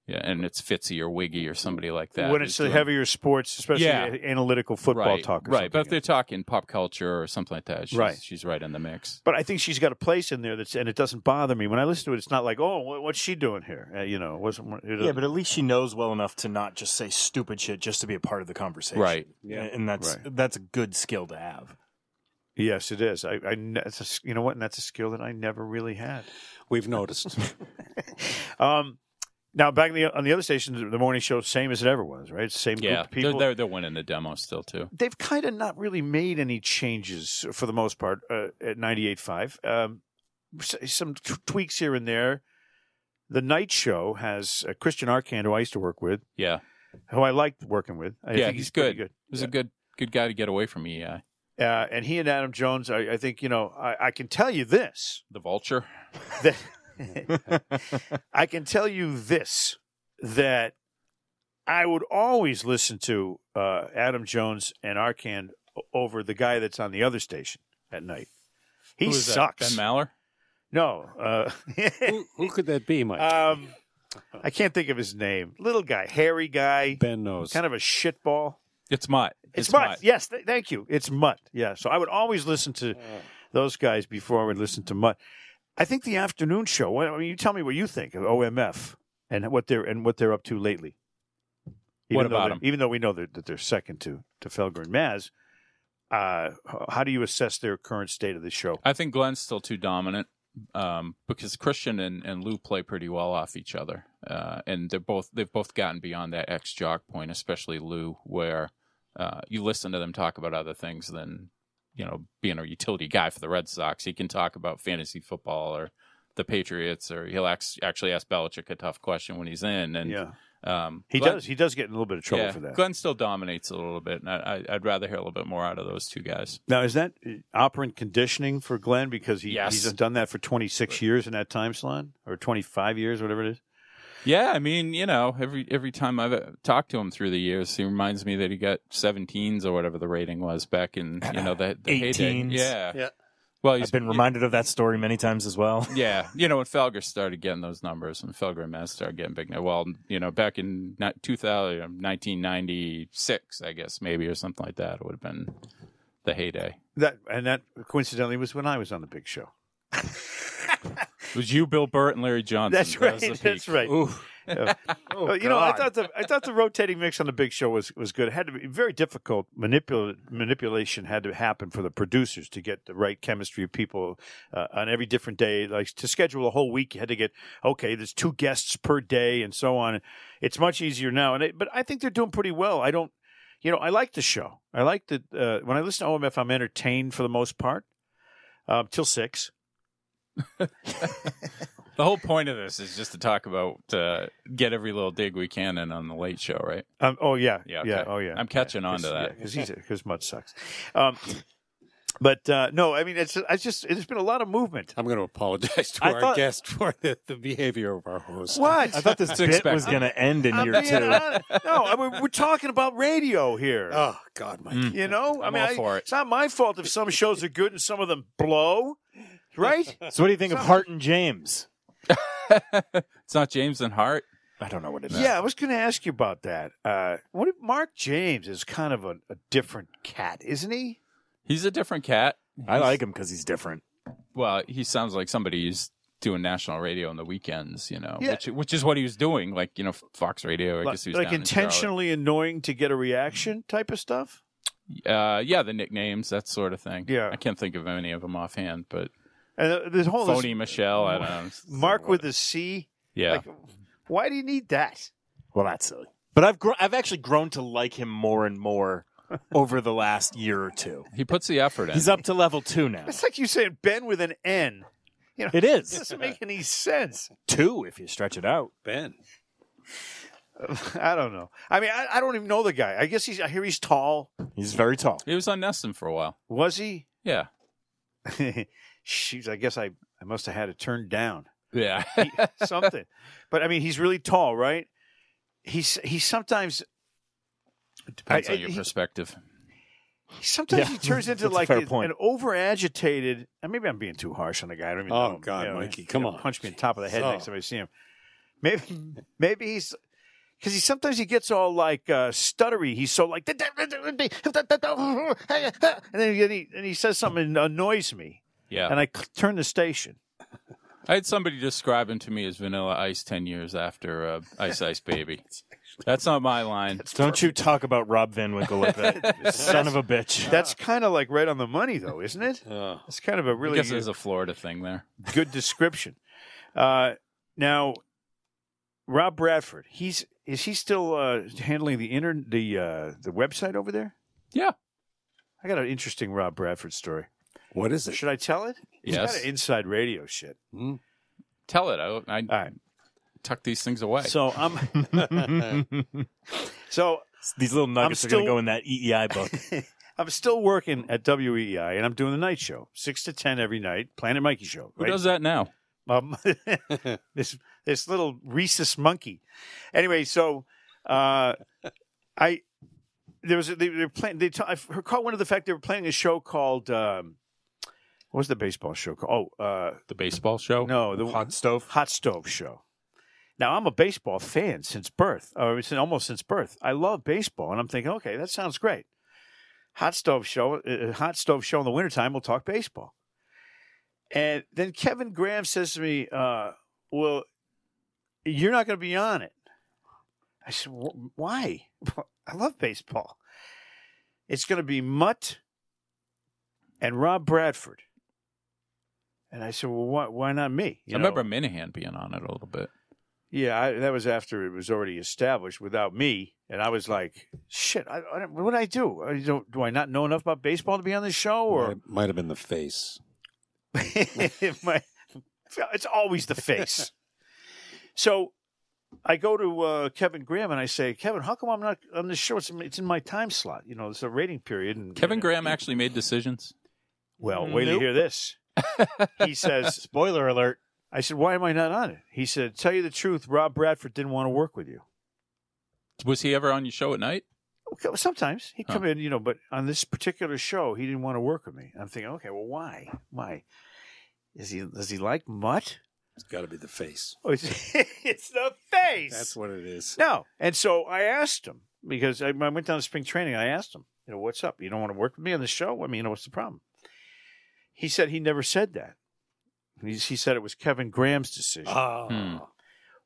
Speaker 6: Yeah, and it's Fitzy or Wiggy or somebody like that.
Speaker 3: when
Speaker 6: who's
Speaker 3: it's the
Speaker 6: doing-
Speaker 3: heavier sports, especially
Speaker 6: Yeah.
Speaker 3: a- analytical football
Speaker 6: right,
Speaker 3: talk. Or
Speaker 6: right? But if
Speaker 3: something.
Speaker 6: they're talking pop culture or something like that, she's,
Speaker 3: Right.
Speaker 6: She's right in the mix.
Speaker 3: But I think she's got a place in there that's, and it doesn't bother me when I listen to it. It's not like, oh, what, what's she doing here? Uh, you know, it wasn't it
Speaker 5: Yeah, but at least she knows well enough to not just say stupid shit just to be a part of the conversation.
Speaker 6: Right.
Speaker 5: Yeah. And that's that's a good skill to have.
Speaker 3: yes, it is. I, I ne- it's a s you know what, and that's a skill that I never really had.
Speaker 4: We've noticed.
Speaker 3: Um, now back on the on the other station, the morning show, same as it ever was, right? Same group
Speaker 6: Yeah,
Speaker 3: of
Speaker 6: they're,
Speaker 3: people.
Speaker 6: they're they're winning the demo still too.
Speaker 3: they've kind of not really made any changes for the most part uh, at 98.5. Um, s- some t- tweaks here and there. The night show has uh, Christian Arcand, who I used to work with,
Speaker 6: Yeah, it
Speaker 3: who I liked working with. I
Speaker 6: Yeah,
Speaker 3: think
Speaker 6: he's
Speaker 3: pretty
Speaker 6: good. was
Speaker 3: Yeah.
Speaker 6: a good good guy to get away from E EI.
Speaker 3: Uh, and he and Adam Jones, I, I think, you know, I, I can tell you this.
Speaker 6: The Vulture.
Speaker 3: That I can tell you this that I would always listen to uh, Adam Jones and Arcand o- over the guy that's on the other station at night. He
Speaker 6: Who is that?
Speaker 3: sucks.
Speaker 6: Ben Maller.
Speaker 3: no, uh,
Speaker 4: who, who could that be, Mike?
Speaker 3: um, I can't think of his name. Little guy, hairy guy,
Speaker 4: ben knows.
Speaker 3: kind of a shitball.
Speaker 6: It's Mutt.
Speaker 3: It's, Mutt. Yes, th- thank you. It's Mutt. Yeah. So I would always listen to those guys before I would listen to Mutt. I think the afternoon show. what- I mean, you tell me what you think of OMF and what they're and what they're up to lately.
Speaker 6: What
Speaker 3: though
Speaker 6: about
Speaker 3: they-
Speaker 6: 'em?
Speaker 3: Even though we know that, that they're second to to Felger and Maz, uh, h- how do you assess their current state of the show?
Speaker 6: I think Glenn's still too dominant um, because Christian and, and Lou play pretty well off each other, uh, and they're both they've both gotten beyond that ex jock point, especially Lou, where uh, you listen to them talk about other things than you know being a utility guy for the Red Sox. He can talk about fantasy football or the Patriots, or he'll ax- actually ask Belichick a tough question when he's in, and
Speaker 3: yeah,
Speaker 6: um,
Speaker 3: he
Speaker 6: Glenn-
Speaker 3: does. He does get in a little bit of trouble
Speaker 6: yeah,
Speaker 3: for that.
Speaker 6: Glenn still dominates a little bit, and I, I, I'd rather hear a little bit more out of those two guys.
Speaker 3: Now, is that uh, operant conditioning for Glenn because he,
Speaker 6: Yes.
Speaker 3: he's done that for 26 years in that time slot or 25 years, whatever it is?
Speaker 6: Yeah, I mean, you know, every every time I've uh, talked to him through the years, he reminds me that he got 17s or whatever the rating was back in, you know, the, the heyday.
Speaker 5: 18s.
Speaker 6: Yeah.
Speaker 4: Yeah.
Speaker 6: Well, he's
Speaker 5: I've been reminded of that story many times as well.
Speaker 6: Yeah, you know, when Felger started getting those numbers and Felger and Matt started getting big. Well, you know, back in ni- 2000, 1996, I guess, maybe, or something like that, it would have been the heyday.
Speaker 3: That and that coincidentally was when I was on the big show.
Speaker 6: It was you, Bill Burt, and Larry Johnson. That was the peak. Oh,
Speaker 3: right.
Speaker 4: Ooh.
Speaker 3: Uh, you know, I thought the I thought the rotating mix on the big show was was good. It had to be very difficult. Manipul- manipulation had to happen for the producers to get the right chemistry of people uh, on every different day. Like to schedule a whole week, you had to get okay. There's two guests per day, and so on. It's much easier now, and I, but I think they're doing pretty well. I don't, you know, I like the show. I like the uh, when I listen to OMF, I'm entertained for the most part um, till six.
Speaker 6: The whole point of this is just to talk about, uh, get every little dig we can in on the late show, right?
Speaker 3: Um, oh yeah,
Speaker 6: Yeah,
Speaker 3: yeah,
Speaker 6: okay.
Speaker 3: oh yeah.
Speaker 6: I'm catching on to that.
Speaker 3: because he's because Mutt sucks. Um, but uh, no, I mean it's I just it's been a lot of movement.
Speaker 4: I'm going to apologize to
Speaker 5: I
Speaker 4: our
Speaker 5: thought-
Speaker 4: guest for the, the behavior of our host.
Speaker 3: What?
Speaker 5: I thought this bit
Speaker 6: expected.
Speaker 5: was going to end in
Speaker 3: I'm
Speaker 5: year
Speaker 3: being
Speaker 5: two.
Speaker 3: honest. no, I mean, we're talking about radio here.
Speaker 4: Oh, God, Mike.
Speaker 3: you know, I
Speaker 6: Um, I'm
Speaker 3: mean,
Speaker 6: all
Speaker 3: I-
Speaker 6: for it.
Speaker 3: it's not my fault if some shows are good and some of them blow, right?
Speaker 5: So what do you think of Hart and James?
Speaker 6: It's not James and Hart.
Speaker 5: I don't know what it is.
Speaker 3: yeah, I was going to ask you about that. Uh, what if Mark James is kind of a, a different cat, isn't he?
Speaker 6: He's a different cat.
Speaker 5: I like him because he's different.
Speaker 6: Well, he sounds like somebody who's doing national radio on the weekends, you know,
Speaker 3: Yeah.
Speaker 6: which which is what he was doing, like you know, Fox Radio. I
Speaker 3: Like,
Speaker 6: guess he was
Speaker 3: like
Speaker 6: down in Charlotte.
Speaker 3: intentionally annoying to get a reaction type of stuff.
Speaker 6: Uh, yeah, the nicknames, that sort of thing.
Speaker 3: Yeah.
Speaker 6: I can't think of any of them offhand, but
Speaker 3: And uh, this whole this
Speaker 6: phony Michelle. I don't know.
Speaker 3: Mark with a C.
Speaker 6: Yeah,
Speaker 3: Like, why do you need that?
Speaker 5: Well, that's silly. But I've gr- I've actually grown to like him more and more over the last year or two.
Speaker 6: he puts the effort in.
Speaker 5: He's up to level two now.
Speaker 3: It's like you saying Ben with an N.
Speaker 5: It
Speaker 3: It
Speaker 5: is
Speaker 3: doesn't make any sense.
Speaker 5: two if you stretch it out.
Speaker 4: Ben.
Speaker 3: I don't know. I mean, I, I don't even know the guy. I guess he's. I hear he's tall.
Speaker 5: He's very tall.
Speaker 6: He was on Neston for a while.
Speaker 3: Was he?
Speaker 6: Yeah,
Speaker 3: Shoot, I guess I, I must have had it turned down.
Speaker 6: yeah.
Speaker 3: He- something. But I mean, he's really tall, right? He's he sometimes
Speaker 6: Depends
Speaker 3: I-
Speaker 6: on your
Speaker 3: he-
Speaker 6: perspective.
Speaker 3: sometimes
Speaker 5: Yeah.
Speaker 3: he turns into
Speaker 5: That's a
Speaker 3: like
Speaker 5: fair
Speaker 3: a-
Speaker 5: point.
Speaker 3: an over agitated. And maybe I'm being too harsh on the guy. I don't even
Speaker 4: Oh,
Speaker 3: know him.
Speaker 4: God,
Speaker 3: You know,
Speaker 4: Mikey,
Speaker 3: he's
Speaker 4: come
Speaker 3: gonna
Speaker 4: on.
Speaker 3: Punch me in the top of the head
Speaker 4: Oh.
Speaker 3: next time I see him. Maybe maybe he's. Because he sometimes he gets all like uh, stuttery. He's so like, and then he, and he, and he says something and annoys me,
Speaker 6: Yeah,
Speaker 3: and I c- turn the station.
Speaker 6: I had somebody describe him to me as Vanilla Ice ten years after uh, Ice Ice Baby. That's not my line.
Speaker 5: Don't you talk about Rob Van Winkle like that, son of a bitch.
Speaker 3: That's
Speaker 4: Ah.
Speaker 3: kind of like right on the money, though, isn't it?
Speaker 4: Uh.
Speaker 3: It's kind of a
Speaker 6: I
Speaker 3: really
Speaker 6: guess there's a Florida thing there.
Speaker 3: good description. Uh, now, Rob Bradford, he's is he still uh, handling the inter the uh, the website over there?
Speaker 6: Yeah.
Speaker 3: I got an interesting Rob Bradford story.
Speaker 4: What is it?
Speaker 3: Should I tell it? It's
Speaker 6: Yes.
Speaker 3: kind of inside radio shit.
Speaker 6: Tell it. I, I
Speaker 3: All right.
Speaker 6: tuck these things away.
Speaker 3: So I'm so
Speaker 5: These little nuggets
Speaker 3: I'm
Speaker 5: are
Speaker 3: still-
Speaker 5: going to go in that EEI book.
Speaker 3: I'm still working at WEI and I'm doing the night show, six to ten every night, Planet Mikey show.
Speaker 6: Who
Speaker 3: right?
Speaker 6: does that now?
Speaker 3: um, this this little rhesus monkey. Anyway, so uh, I there was a, they were playing. They t- I recall one of the fact they were playing a show called um, what was the baseball show called? Oh, uh,
Speaker 6: The baseball show?
Speaker 3: no, the
Speaker 5: Hot stove.
Speaker 3: hot stove show. Now I'm a baseball fan since birth, or it's almost since birth. I love baseball, and I'm thinking, okay, that sounds great. Hot stove show, uh, hot stove show in the wintertime. We'll talk baseball. And then Kevin Graham says to me, uh, "Well, you're not going to be on it." I said, "Wh- "Why? I love baseball. It's going to be Mutt and Rob Bradford." And I said, "Well, why, why not me?" You
Speaker 6: I
Speaker 3: know?
Speaker 6: remember Minahan being on it a little bit.
Speaker 3: Yeah, I, that was after it was already established without me, and I was like, "Shit, I, I, don't- what did I do? I don't, do I not know enough about baseball to be on this show?" Or
Speaker 4: Might- might have been the face.
Speaker 3: If my- it's always the face. so I go to uh, Kevin Graham and I say, "Kevin, how come I'm not on this show? It's, in- it's in my time slot. You know, it's a rating period." And uh,
Speaker 6: Kevin Graham actually made decisions.
Speaker 3: Well, wait to
Speaker 5: Mm, Nope.
Speaker 3: hear this. he says,
Speaker 5: Spoiler alert.
Speaker 3: "I said, why am I not on it?" He said, "Tell you the truth, Rob Bradford didn't want to work with you."
Speaker 6: Was he ever on your show at night?
Speaker 3: Okay, well, Sometimes he'd come in, you know, but on this particular show, he didn't want to work with me. I'm thinking, okay, well, why? Why? Is he does he like mutt?
Speaker 4: It's got to be the face.
Speaker 3: Or is Oh, it's the face.
Speaker 4: That's what it is.
Speaker 3: no. And so I asked him because I, I went down to spring training. And I asked him, you know, what's up? You don't want to work with me on the show? I mean, you know, what's the problem? He said he never said that. He, he said it was Kevin Graham's decision,
Speaker 4: Oh.
Speaker 6: Hmm.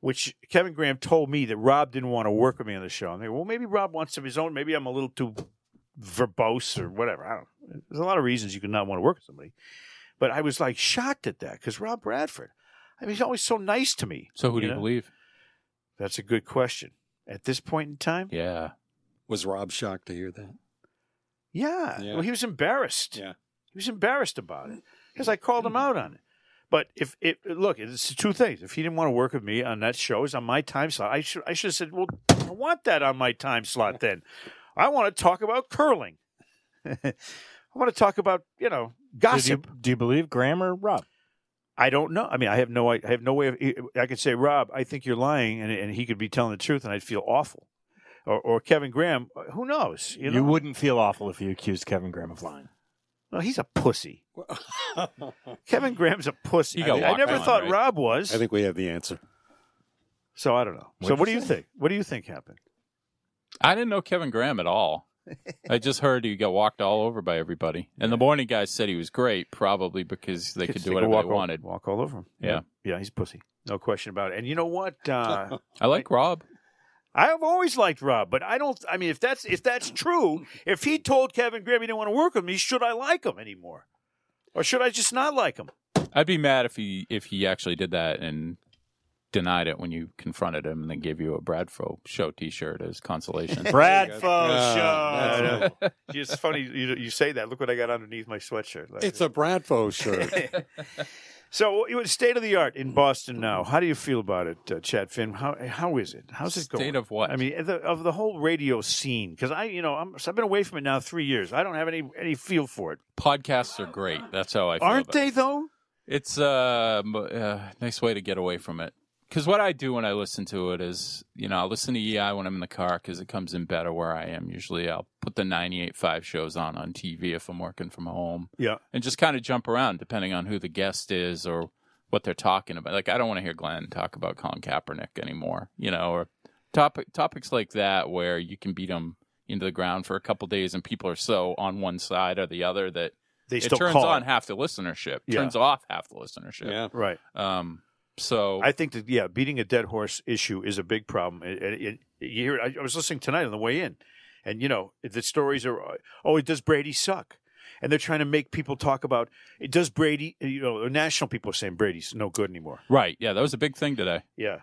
Speaker 3: which Kevin Graham told me that Rob didn't want to work with me on the show. I'm thinking, well, maybe Rob wants some of his own. Maybe I'm a little too verbose or whatever. I don't. There's a lot of reasons you could not want to work with somebody, but I was like shocked at that because Rob Bradford. I mean, he's always so nice to me.
Speaker 6: So who do you
Speaker 3: know?
Speaker 6: believe?
Speaker 3: That's a good question. At this point in time,
Speaker 6: Yeah.
Speaker 4: Was Rob shocked to hear that?
Speaker 3: yeah.
Speaker 4: Yeah.
Speaker 3: Well, he was embarrassed.
Speaker 4: Yeah.
Speaker 3: He was embarrassed about it because I called him out on it. But if it look, it's two things. If he didn't want to work with me on that show, it's on my time slot. I should I should have said, well, I want that on my time slot. Then I want to talk about curling. I want to talk about you know
Speaker 5: Did you,
Speaker 3: gossip.
Speaker 5: do you believe Graham or Rob?
Speaker 3: I don't know. I mean, I have no I have no way of. I could say, Rob, I think you're lying, and, and he could be telling the truth, and I'd feel awful. Or, or Kevin Graham, who knows?
Speaker 5: You,
Speaker 3: You, know?
Speaker 5: wouldn't feel awful if you accused Kevin Graham of lying.
Speaker 3: Well, he's a pussy. Kevin Graham's a pussy.
Speaker 6: He got
Speaker 3: I, I
Speaker 6: walked
Speaker 3: never
Speaker 6: on,
Speaker 3: thought
Speaker 6: right?
Speaker 3: Rob was.
Speaker 4: I think we have the answer.
Speaker 3: so I don't know. so
Speaker 5: What'd
Speaker 3: what do
Speaker 5: you
Speaker 3: you
Speaker 5: say?
Speaker 3: think? What do you think happened?
Speaker 6: I didn't know Kevin Graham at all. I just heard he got walked all over by everybody. And the morning guy said he was great, probably because they could
Speaker 3: Kids
Speaker 6: do
Speaker 3: take a
Speaker 6: whatever
Speaker 3: walk
Speaker 6: they
Speaker 3: o-
Speaker 6: wanted.
Speaker 3: Walk all over him.
Speaker 6: Yeah.
Speaker 3: Yeah, he's a pussy. No question about it. And you know what? Uh,
Speaker 6: I like Rob.
Speaker 3: I've always liked Rob, but I don't. I mean, if that's if that's true, if he told Kevin Graham he didn't want to work with me, should I like him anymore, or should I just not like him?
Speaker 6: I'd be mad if he if he actually did that and denied it when you confronted him and then gave you a Bradfro show T-shirt as consolation.
Speaker 5: Brad
Speaker 4: There you go.
Speaker 5: Foe
Speaker 4: Yeah,
Speaker 5: show.
Speaker 4: that's
Speaker 3: it's funny you, you say that. Look what I got underneath my sweatshirt.
Speaker 4: It's a Bradfo shirt.
Speaker 3: so it was state of the art in Boston now. How do you feel about it, uh, Chad Finn? How how is it? How's it going?
Speaker 6: State of what?
Speaker 3: I mean, the, of the whole radio scene, because I, you know, I'm, so I've been away from it now three years. I don't have any any feel for it.
Speaker 6: podcasts are great. That's how I feel
Speaker 3: Aren't
Speaker 6: about
Speaker 3: they
Speaker 6: It.
Speaker 3: though?
Speaker 6: It's a uh, uh, nice way to get away from it. Because what I do when I listen to it is, you know, I listen to EI when I'm in the car because it comes in better where I am. Usually, I'll put the 98.5 shows on on TV if I'm working from home.
Speaker 3: Yeah.
Speaker 6: and just kind of jump around depending on who the guest is or what they're talking about. Like I don't want to hear Glenn talk about Colin Kaepernick anymore, you know, or topic topics like that where you can beat them into the ground for a couple days and people are so on one side or the other that
Speaker 3: They
Speaker 6: it
Speaker 3: still
Speaker 6: turns
Speaker 3: call
Speaker 6: on half the listenership,
Speaker 3: Yeah.
Speaker 6: turns off half the listenership.
Speaker 4: yeah.
Speaker 3: right.
Speaker 6: Um, so
Speaker 3: I think that yeah, beating a dead horse issue is a big problem. It, it, it, you hear, I, I was listening tonight on the way in, and you know the stories are oh, does Brady suck? And they're trying to make people talk about it. Does Brady? You know, national people are saying Brady's no good anymore.
Speaker 6: right, yeah, that was a big thing today.
Speaker 3: Yeah,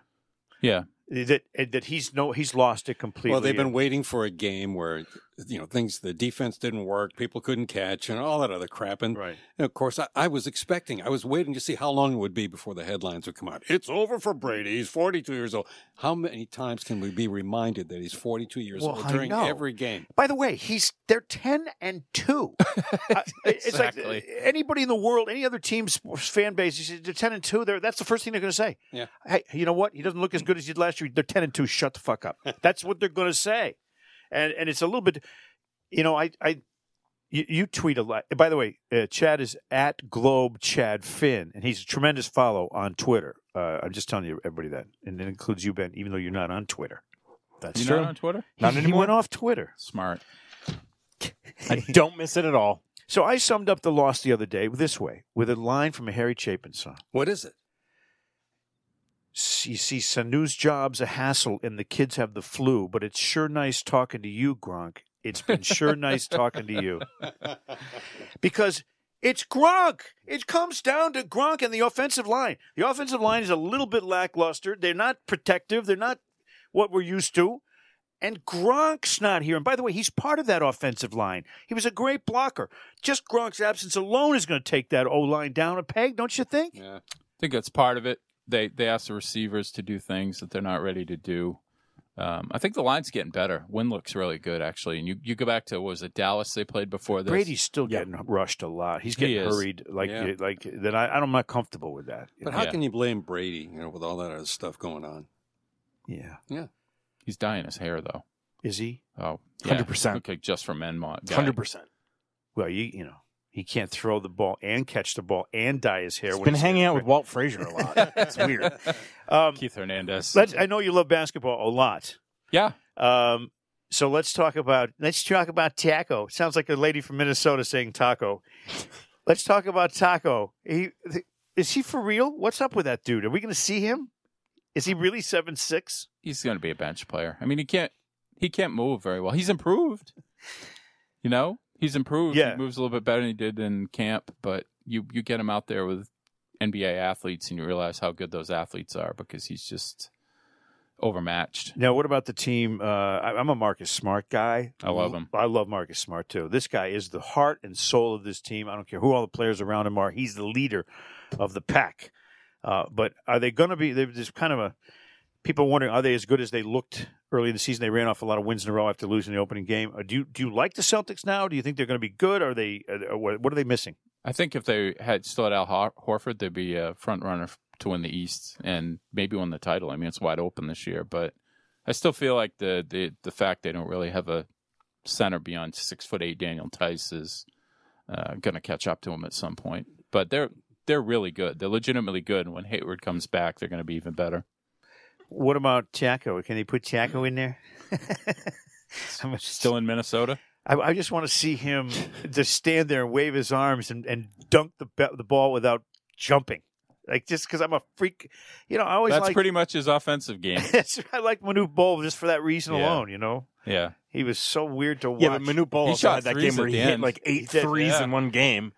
Speaker 6: Yeah,
Speaker 3: that that he's no, he's lost it completely.
Speaker 4: Well, they've been waiting for a game where, you know, things, the defense didn't work, people couldn't catch, and all that other crap. And,
Speaker 3: Right.
Speaker 4: and of course, I, I was expecting, I was waiting to see how long it would be before the headlines would come out. It's over for Brady. He's 42 years old. How many times can we be reminded that he's 42 years
Speaker 3: Well,
Speaker 4: old
Speaker 3: I
Speaker 4: during
Speaker 3: know.
Speaker 4: every game?
Speaker 3: By the way, he's they're ten and two. I- It's like uh,
Speaker 6: Exactly.
Speaker 3: anybody in the world, any other team's fan base, you say, they're ten and two. They're, that's the first thing they're going to say.
Speaker 4: Yeah.
Speaker 3: Hey, you know what? He doesn't look as good as he did last year. They're ten and two. Shut the fuck up. That's what they're going to say, and and it's a little bit, you know, I I. You, you tweet a lot. By the way, uh, Chad is at Globe Chad Finn, and he's a tremendous follow on Twitter. Uh, I'm just telling you, everybody that, and it includes you, Ben, even though you're not on Twitter. That's
Speaker 6: you
Speaker 3: true.
Speaker 6: not on Twitter?
Speaker 5: Not
Speaker 3: he, he
Speaker 5: anymore?
Speaker 3: went off Twitter.
Speaker 6: Smart.
Speaker 5: I don't miss it at all.
Speaker 3: So I summed up the loss the other day this way with a line from a Harry Chapin song.
Speaker 4: What is it?
Speaker 3: S- You see, Sanu's job's a hassle and the kids have the flu, but it's sure nice talking to you, Gronk. It's been sure nice talking to you. Because it's Gronk. It comes down to Gronk and the offensive line. The offensive line is a little bit lackluster. They're not protective, they're not what we're used to. And Gronk's not here. And by the way, he's part of that offensive line. He was a great blocker. Just Gronk's absence alone is going to take that O line down a peg, don't you think?
Speaker 4: Yeah.
Speaker 6: I think that's part of it. They they ask the receivers to do things that they're not ready to do. Um, I think the line's getting better. Win looks really good actually, and you, you go back to what was it Dallas they played before this.
Speaker 3: Brady's still getting rushed a lot. He's
Speaker 6: He
Speaker 3: getting
Speaker 6: is.
Speaker 3: hurried like
Speaker 4: Yeah.
Speaker 3: like that. I, I'm not comfortable with that.
Speaker 4: But how
Speaker 6: Yeah.
Speaker 4: can you blame Brady, you know, with all that other stuff going on?
Speaker 3: yeah,
Speaker 6: He's dyeing his hair though.
Speaker 3: is he?
Speaker 6: Oh, yeah.
Speaker 5: 100%.
Speaker 6: Okay, just from Enmont. guy.
Speaker 5: 100%.
Speaker 3: Well, you you know he can't throw the ball and catch the ball and dye his hair.
Speaker 5: He's
Speaker 3: when
Speaker 5: been
Speaker 3: he's-
Speaker 5: hanging out with Walt Frazier a lot. It's weird.
Speaker 3: Um,
Speaker 6: Keith Hernandez.
Speaker 3: let's, I know you love basketball a lot.
Speaker 6: yeah,
Speaker 3: Um, so let's talk about let's talk about Taco. Sounds like a lady from Minnesota saying taco. let's talk about Taco. He th- is he for real? What's up with that dude? Are we going to see him? Is he really seven six?
Speaker 6: he's going to be a bench player. I mean, he can't he can't move very well. He's improved. You know, he's improved.
Speaker 3: Yeah.
Speaker 6: He moves a little bit better than he did in camp, but you you get him out there with NBA athletes and you realize how good those athletes are because he's just overmatched.
Speaker 3: Now, what about the team? Uh, I, I'm a Marcus Smart guy.
Speaker 6: I love him.
Speaker 3: I love Marcus Smart too. This guy is the heart and soul of this team. I don't care who all the players around him are. He's the leader of the pack. Uh, but are they going to be? There's this kind of a people wondering: Are they as good as they looked early in the season? They ran off a lot of wins in a row after losing the opening game. Uh, do you do you like the Celtics now? Do you think they're going to be good? Are they? Uh, what what are they missing?
Speaker 6: I think if they had still had Al Hor- Horford, they'd be a front runner f- to win the East and maybe win the title. I mean, it's wide open this year, but I still feel like the the, the fact they don't really have a center beyond six foot eight Daniel Tice is uh, going to catch up to him at some point. But they're they're really good. They're legitimately good. And when Hayward comes back, they're going to be even better.
Speaker 3: What about Taco? Can they put Taco in there? I'm
Speaker 6: Still in Minnesota,
Speaker 3: I, I just want to see him just stand there and wave his arms and, and dunk the ba- the ball without jumping, like just because I'm a freak. You know, I always
Speaker 6: That's
Speaker 3: like
Speaker 6: pretty much his offensive game.
Speaker 3: I like Manute Bol just for that reason
Speaker 6: Yeah.
Speaker 3: alone. You know,
Speaker 6: Yeah.
Speaker 3: he was so weird to watch.
Speaker 5: Yeah, but Manute Bol
Speaker 6: He
Speaker 5: also
Speaker 6: shot
Speaker 5: had that
Speaker 6: threes
Speaker 5: game where
Speaker 6: at
Speaker 5: he
Speaker 6: the
Speaker 5: hit
Speaker 6: end.
Speaker 5: like eight
Speaker 3: did,
Speaker 5: threes
Speaker 6: yeah.
Speaker 5: in one game.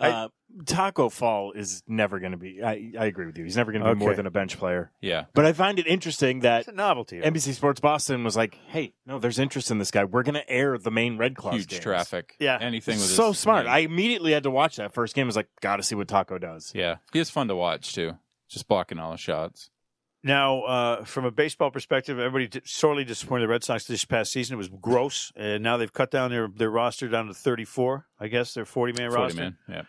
Speaker 3: I-
Speaker 5: uh, Taco Fall is never going to be. I, I agree with you. He's never going to be more
Speaker 3: Okay.
Speaker 5: than a bench player.
Speaker 6: Yeah.
Speaker 5: But I find it interesting that
Speaker 3: it's a novelty.
Speaker 5: NBC Sports Boston was like, "Hey, no, there's interest in this guy. We're going to air the main Red Claws."
Speaker 6: Huge
Speaker 5: games."
Speaker 6: traffic.
Speaker 3: Yeah.
Speaker 6: Anything with
Speaker 5: so
Speaker 6: his
Speaker 5: smart.
Speaker 6: name.
Speaker 5: I immediately had to watch that first game. I was like, "Got to see what Taco does."
Speaker 6: Yeah. He is fun to watch too. Just blocking all the shots.
Speaker 3: Now, uh, from a baseball perspective, everybody di- sorely disappointed the Red Sox this past season. It was gross, and now they've cut down their, their roster down to 34. I guess their 40 man
Speaker 6: 40
Speaker 3: roster.
Speaker 6: man. Yeah.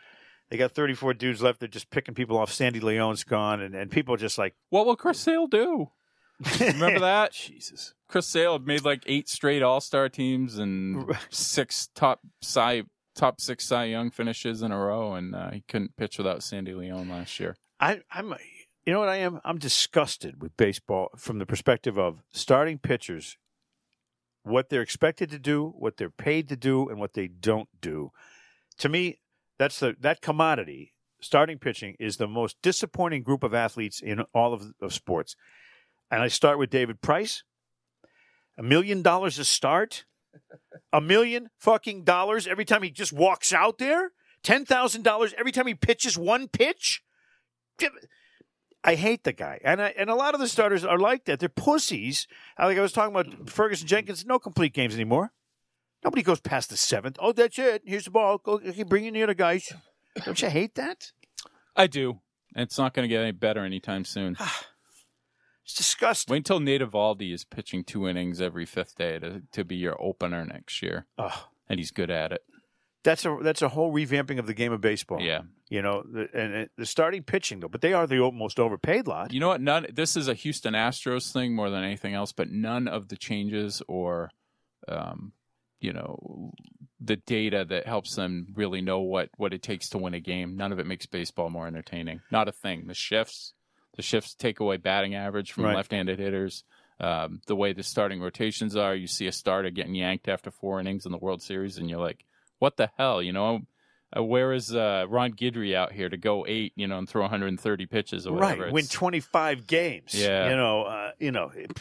Speaker 3: They got 34 dudes left. They're just picking people off. Sandy Leone's gone, and, and people just like
Speaker 6: What will Chris Sale do? Remember that? Jesus. Chris Sale had made like eight straight All Star teams and six top Cy top six Cy Young finishes in a row, and uh, he couldn't pitch without Sandy Leone last year.
Speaker 3: I, I'm. You know what I am? I'm disgusted with baseball from the perspective of starting pitchers, what they're expected to do, what they're paid to do, and what they don't do. To me, that's the that commodity. Starting pitching is the most disappointing group of athletes in all of, of sports. And I start with David Price. A million dollars a start. A million fucking dollars every time he just walks out there. $10,000 every time he pitches one pitch. I hate the guy, and I, and a lot of the starters are like that. They're pussies. I- Like I was talking about Ferguson Jenkins, no complete games anymore. Nobody goes past the seventh. Oh, that's it. Here's the ball. Go okay, bring in the other guys. Don't you hate that?
Speaker 6: I do. And It's not going to get any better anytime soon.
Speaker 3: It's disgusting.
Speaker 6: Wait until Nate Evaldi is pitching two innings every fifth day to, to be your opener next year,
Speaker 3: Ugh.
Speaker 6: and he's good at it.
Speaker 3: that's a that's a whole revamping of the game of baseball.
Speaker 6: Yeah.
Speaker 3: you know, the, and uh, the starting pitching though, but they are the o- most overpaid lot.
Speaker 6: You know what? None. This is a Houston Astros thing more than anything else, but none of the changes or, um, you know, the data that helps them really know what what it takes to win a game. None of it makes baseball more entertaining. Not a thing. The shifts, the shifts take away batting average from
Speaker 3: Right.
Speaker 6: left-handed hitters. Um, the way the starting rotations are, you see a starter getting yanked after four innings in the World Series, and you're like, "What the hell?" You know, uh, where is uh, Ron Guidry out here to go eight, you know, and throw 130 pitches or whatever?
Speaker 3: right, win
Speaker 6: It's-
Speaker 3: twenty five games.
Speaker 6: Yeah.
Speaker 3: you know, uh, you know, it-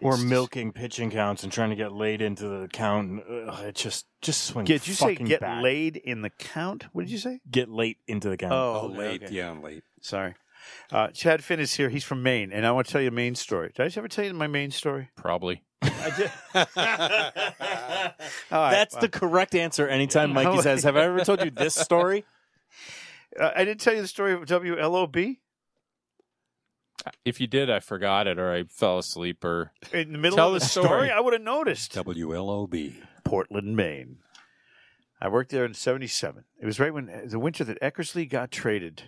Speaker 5: Or milking pitching counts and trying to get laid into the count. And, ugh, it just just swing.
Speaker 3: did you say
Speaker 5: fucking
Speaker 3: get
Speaker 5: back.
Speaker 3: laid in the count? What did you say?
Speaker 5: Get late into the count.
Speaker 3: Oh, okay.
Speaker 4: Yeah, late.
Speaker 3: Sorry. Uh, Chad Finn is here. He's from Maine, and I want to tell you a Maine story. Did I just ever tell you my Maine story?
Speaker 6: Probably.
Speaker 3: All right.
Speaker 5: That's the correct answer. Anytime Mikey says, "Have I ever told you this story?"
Speaker 3: Uh, I didn't tell you the story of WLOB
Speaker 6: If you did, I forgot it or I fell asleep or
Speaker 3: in the middle
Speaker 6: Tell
Speaker 3: of
Speaker 6: the
Speaker 3: the story.
Speaker 6: story.
Speaker 3: I would have noticed.
Speaker 4: WLOB.
Speaker 3: Portland, Maine. I worked there in 77. It was right when uh, the winter that Eckersley got traded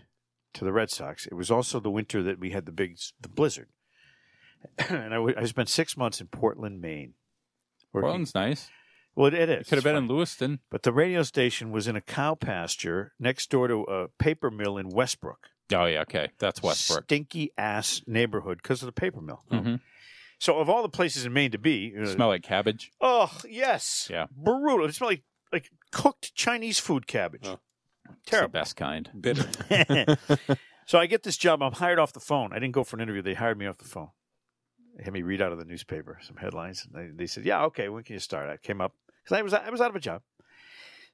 Speaker 3: to the Red Sox. It was also the winter that we had the big the blizzard. and I, w- I spent six months in Portland, Maine. working-
Speaker 6: Portland's nice.
Speaker 3: Well, it, it is.
Speaker 6: It could have been in Lewiston.
Speaker 3: But the radio station was in a cow pasture next door to a paper mill in Westbrook.
Speaker 6: Oh yeah, okay. That's Westbrook.
Speaker 3: Stinky ass neighborhood because of the paper mill.
Speaker 6: Mhm.
Speaker 3: So, of all the places in Maine to be, uh,
Speaker 6: Smell like cabbage.
Speaker 3: oh, yes.
Speaker 6: Yeah.
Speaker 3: Brutal. It smelled like, like cooked Chinese food cabbage.
Speaker 4: Oh.
Speaker 6: It's the
Speaker 3: Terrible.
Speaker 6: best kind.
Speaker 4: Bitter.
Speaker 3: so, I get this job. I'm hired off the phone. I didn't go for an interview. They hired me off the phone. They had me read out of the newspaper some headlines. And they, they said, Yeah, okay, when can you start? I came up because I was, I was out of a job,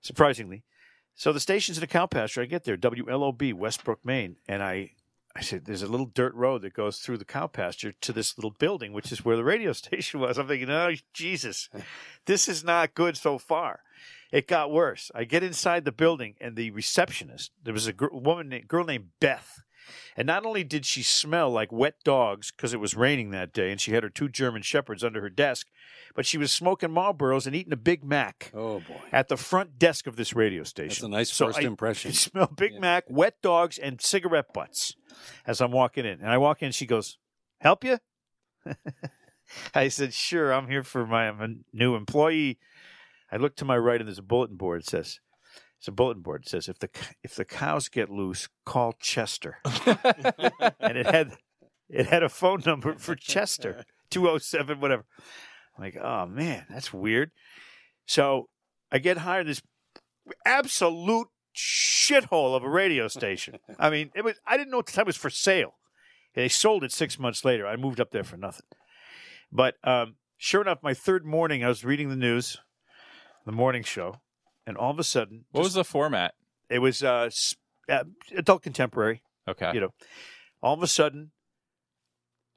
Speaker 3: surprisingly. So the station's in a cow pasture. I get there, WLOB, Westbrook, Maine, and I, I said, "There's a little dirt road that goes through the cow pasture to this little building, which is where the radio station was." I'm thinking, "Oh Jesus, this is not good so far." It got worse. I get inside the building, and the receptionist, there was a gr- woman, named, girl named Beth, and not only did she smell like wet dogs because it was raining that day, and she had her two German shepherds under her desk, but she was smoking Marlboros and eating a Big Mac
Speaker 4: Oh boy.
Speaker 3: at the front desk of this radio station.
Speaker 4: That's a nice
Speaker 3: So
Speaker 4: first
Speaker 3: I
Speaker 4: impression.
Speaker 3: smell Big Mac, wet dogs, and cigarette butts as I'm walking in. And I walk in, she goes, Help you? I said, Sure, I'm here for my I'm a new employee. I look to my right, and there's a bulletin board. It says, it's a bulletin board. It says, if the if the cows get loose, call Chester. and it had it had a phone number for "Oh, Chester, 207, whatever. I'm like, oh man, that's weird. So I get hired at this absolute shithole of a radio station. I mean, it was I didn't know at the time it was for sale. They sold it six months later. I moved up there for nothing. But um, sure enough, my third morning, I was reading the news, the morning show, and all of a sudden,
Speaker 6: What was the format?
Speaker 3: it was uh, s- uh, adult contemporary.
Speaker 6: Okay.
Speaker 3: You know, all of a sudden,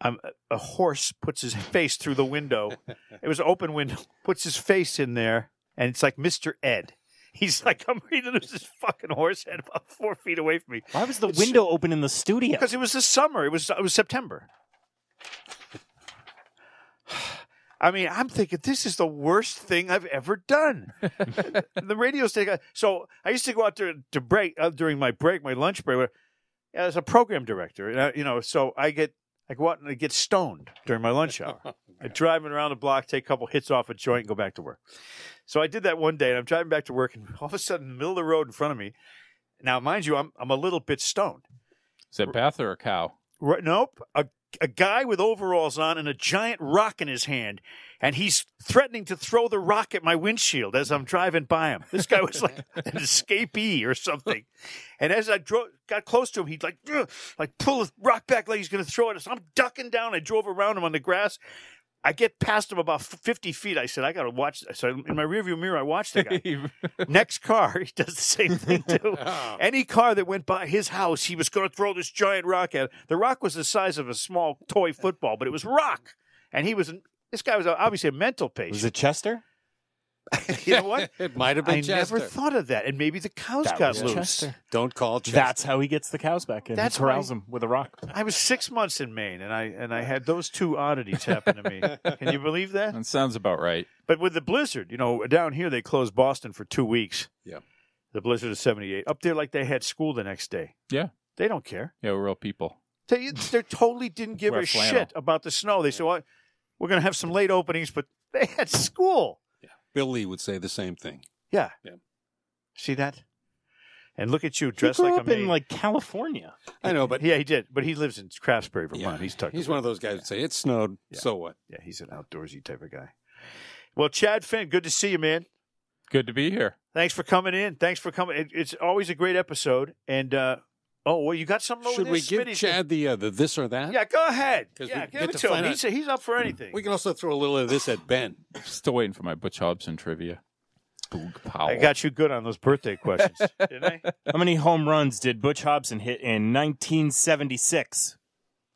Speaker 3: I'm, a horse puts his face through the window. it was an open window. Puts his face in there, and it's like Mr. Ed. He's like, I'm reading this this fucking horse head about four feet away from me
Speaker 5: Why was the window open in the studio?
Speaker 3: because it was the summer. It was it was September. I mean, I'm thinking this is the worst thing I've ever done. the radio station. So I used to go out there to break uh, during my break, my lunch break, whatever, as a program director. And I, you know, so I get I go out and I get stoned during my lunch hour. I'm driving around the block, take a couple hits off a joint, and go back to work. So I did that one day, and I'm driving back to work, and all of a sudden, in the middle of the road in front of me. Now, mind you, I'm I'm a little bit stoned.
Speaker 6: Is it Beth or a cow?
Speaker 3: Right, nope. A, a guy with overalls on and a giant rock in his hand, and he's threatening to throw the rock at my windshield as I'm driving by him. This guy was like an escapee or something. And as I drove, got close to him, he'd like "Ugh," like pull the rock back like he's going to throw it. So I'm ducking down. I drove around him on the grass. I get past him about f- 50 feet. I said, I got to watch. this." So in my rearview mirror, I watched the guy. Next car, he does the same thing too. Any car that went by his house, he was going to throw this giant rock at. it. The rock was the size of a small toy football, but it was rock, and he was. An, this guy was obviously a mental
Speaker 5: Was
Speaker 3: patient.
Speaker 5: it Chester?
Speaker 3: you know what?
Speaker 4: It might have been
Speaker 3: I
Speaker 4: Chester.
Speaker 3: never thought of that, and maybe the cows
Speaker 5: That
Speaker 3: got
Speaker 5: was
Speaker 3: loose.
Speaker 5: Chester.
Speaker 4: Don't call Chester.
Speaker 5: That's how he gets the cows back in.
Speaker 3: That's
Speaker 5: That's corrals
Speaker 3: why-
Speaker 5: them with a rock.
Speaker 3: I was six months in Maine, and I and I had those two oddities happen to me. Can you believe that?
Speaker 6: That sounds about right.
Speaker 3: But with the blizzard, you know, down here they closed Boston for two weeks.
Speaker 4: Yeah.
Speaker 3: The blizzard of '78. Up there, like they had school the next day.
Speaker 6: Yeah.
Speaker 3: They don't care.
Speaker 6: Yeah, we're real people.
Speaker 3: They, they totally didn't give
Speaker 6: Wear
Speaker 3: a
Speaker 6: flannel.
Speaker 3: shit about the snow. They said, well, we're going to have some late openings, but they had school.
Speaker 4: Billy would say the same thing.
Speaker 3: Yeah.
Speaker 4: Yeah.
Speaker 3: See that? And look at you,
Speaker 5: He
Speaker 3: dressed
Speaker 5: grew
Speaker 3: like a
Speaker 5: up in
Speaker 3: maid.
Speaker 5: like California.
Speaker 4: I know, but
Speaker 3: yeah, he did. But he lives in Craftsbury, Vermont.
Speaker 4: Yeah.
Speaker 3: He's tucked
Speaker 4: he's
Speaker 3: away.
Speaker 4: one of those guys that say, it snowed,
Speaker 3: Yeah.
Speaker 4: so what?
Speaker 3: Yeah, he's an outdoorsy type of guy. Well, Chad Finn, good to see you, man.
Speaker 6: Good to be here.
Speaker 3: Thanks for coming in. Thanks for coming. It, it's always a great episode. And, uh, oh, well, you got something over
Speaker 4: Should
Speaker 3: there?
Speaker 4: we give
Speaker 3: Smitty's-
Speaker 4: Chad the, uh, the this or that?
Speaker 3: Yeah, go ahead.
Speaker 4: 'Cause we
Speaker 3: Yeah,
Speaker 4: get
Speaker 3: give it
Speaker 4: to
Speaker 3: to him.
Speaker 4: find out-
Speaker 3: He's, he's up for anything.
Speaker 4: We can also throw a little of this at Ben.
Speaker 6: Still waiting for my Butch Hobson trivia. Boog Powell.
Speaker 3: I got you good on those birthday questions, didn't I?
Speaker 5: How many home runs did Butch Hobson hit in 1976?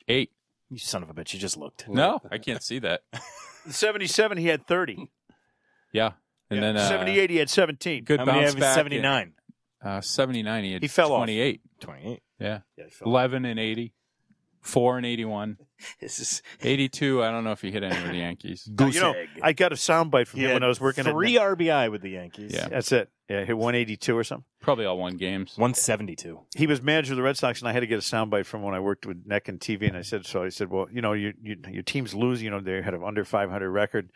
Speaker 6: eight.
Speaker 5: You son of a bitch! You just looked.
Speaker 6: No, I can't see that.
Speaker 3: In 77, he had 30.
Speaker 6: Yeah. And then uh,
Speaker 3: 78, he had 17.
Speaker 6: Good
Speaker 5: How many
Speaker 6: bounce
Speaker 5: have
Speaker 6: back.
Speaker 5: 79?
Speaker 6: in, Uh, 79. He, had
Speaker 3: He fell off.
Speaker 6: 28.
Speaker 5: 28.
Speaker 6: Yeah.
Speaker 3: Yeah, he fell.
Speaker 6: 11 and 80. 4 and 81.
Speaker 3: This is,
Speaker 6: 82. I don't know if he hit any of the Yankees.
Speaker 3: you know, I got a soundbite from
Speaker 5: He
Speaker 3: him
Speaker 5: had
Speaker 3: when I was working
Speaker 5: three
Speaker 3: at.
Speaker 5: RBI with the Yankees.
Speaker 6: Yeah.
Speaker 3: That's it. Yeah, he hit 182 or something.
Speaker 6: Probably all won games.
Speaker 5: 172.
Speaker 3: He was manager of the Red Sox, and I had to get a soundbite from when I worked with Neck and TV. And I said, so I said, well, you know, your you, your team's losing. You know, they had an under 500 record.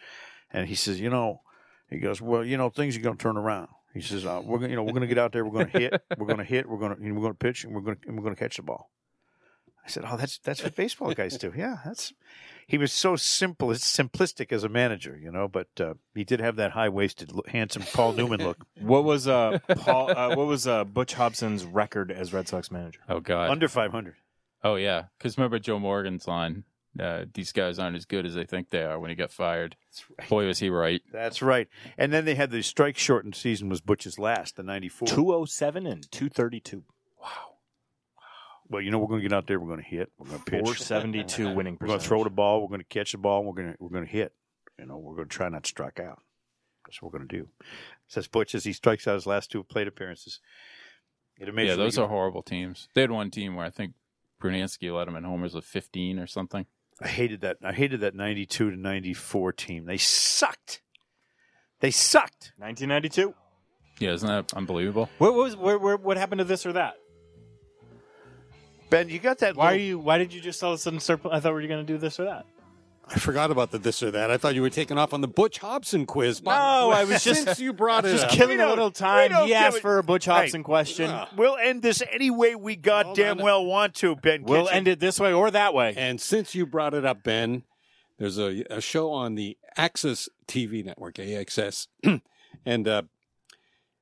Speaker 3: And he says, you know, he goes, well, you know, things are going to turn around. He says, uh, we're gonna, you know, we're going to get out there. We're going to hit. We're going to hit. We're going to, you know, we're going to pitch, and we're going to, and we're going to catch the ball. I said, oh, that's that's what baseball guys do. Yeah, that's. He was so simple, simplistic as a manager, you know, but uh, he did have that high waisted, handsome Paul Newman look.
Speaker 5: What was uh, Paul? Uh, what was uh, Butch Hobson's record as Red Sox manager?
Speaker 6: Oh, God.
Speaker 3: Under 500.
Speaker 6: Oh yeah, because remember Joe Morgan's line: uh, "These guys aren't as good as they think they are." When he got fired, boy was he right.
Speaker 3: That's right. And then they had the strike shortened season was Butch's last, the '94.
Speaker 5: 207 and 232.
Speaker 3: Well, you know we're going to get out there. We're going to hit. We're going to pitch.
Speaker 5: 472 winning
Speaker 3: We're going to
Speaker 5: percentage.
Speaker 3: throw the ball. We're going to catch the ball. We're going to we're going to hit. You know, we're going to try not to strike out. That's what we're going to do. Says Butch as he strikes out his last two plate appearances. It
Speaker 6: yeah, those are horrible teams. They had one team where I think Brunansky led them in homers with 15 or something.
Speaker 3: I hated that. I hated that '92 to '94 team. They sucked. They sucked.
Speaker 5: 1992.
Speaker 6: Yeah, isn't that unbelievable?
Speaker 5: What was where, where, what happened to this or that?
Speaker 3: Ben, you got that?
Speaker 5: Why are
Speaker 3: little-
Speaker 5: you? Why did you just all of a sudden circle? I thought we were going to do this or that.
Speaker 4: I forgot about the this or that. I thought you were taking off on the Butch Hobson quiz. No,
Speaker 5: I was just-
Speaker 4: Since you brought it
Speaker 5: Just
Speaker 4: up.
Speaker 5: killing
Speaker 3: We
Speaker 5: a
Speaker 3: don't-
Speaker 5: little
Speaker 3: we
Speaker 5: time.
Speaker 3: don't
Speaker 5: He
Speaker 3: give
Speaker 5: asked
Speaker 3: a-
Speaker 5: for a Butch
Speaker 3: Hey.
Speaker 5: Hobson question.
Speaker 3: We'll end this any way we goddamn
Speaker 4: on.
Speaker 3: well want to, Ben.
Speaker 5: We'll
Speaker 3: Kitchen.
Speaker 5: end it this way or that way.
Speaker 4: And since you brought it up, Ben, there's a, a show on the Axis TV network, AXS, and uh,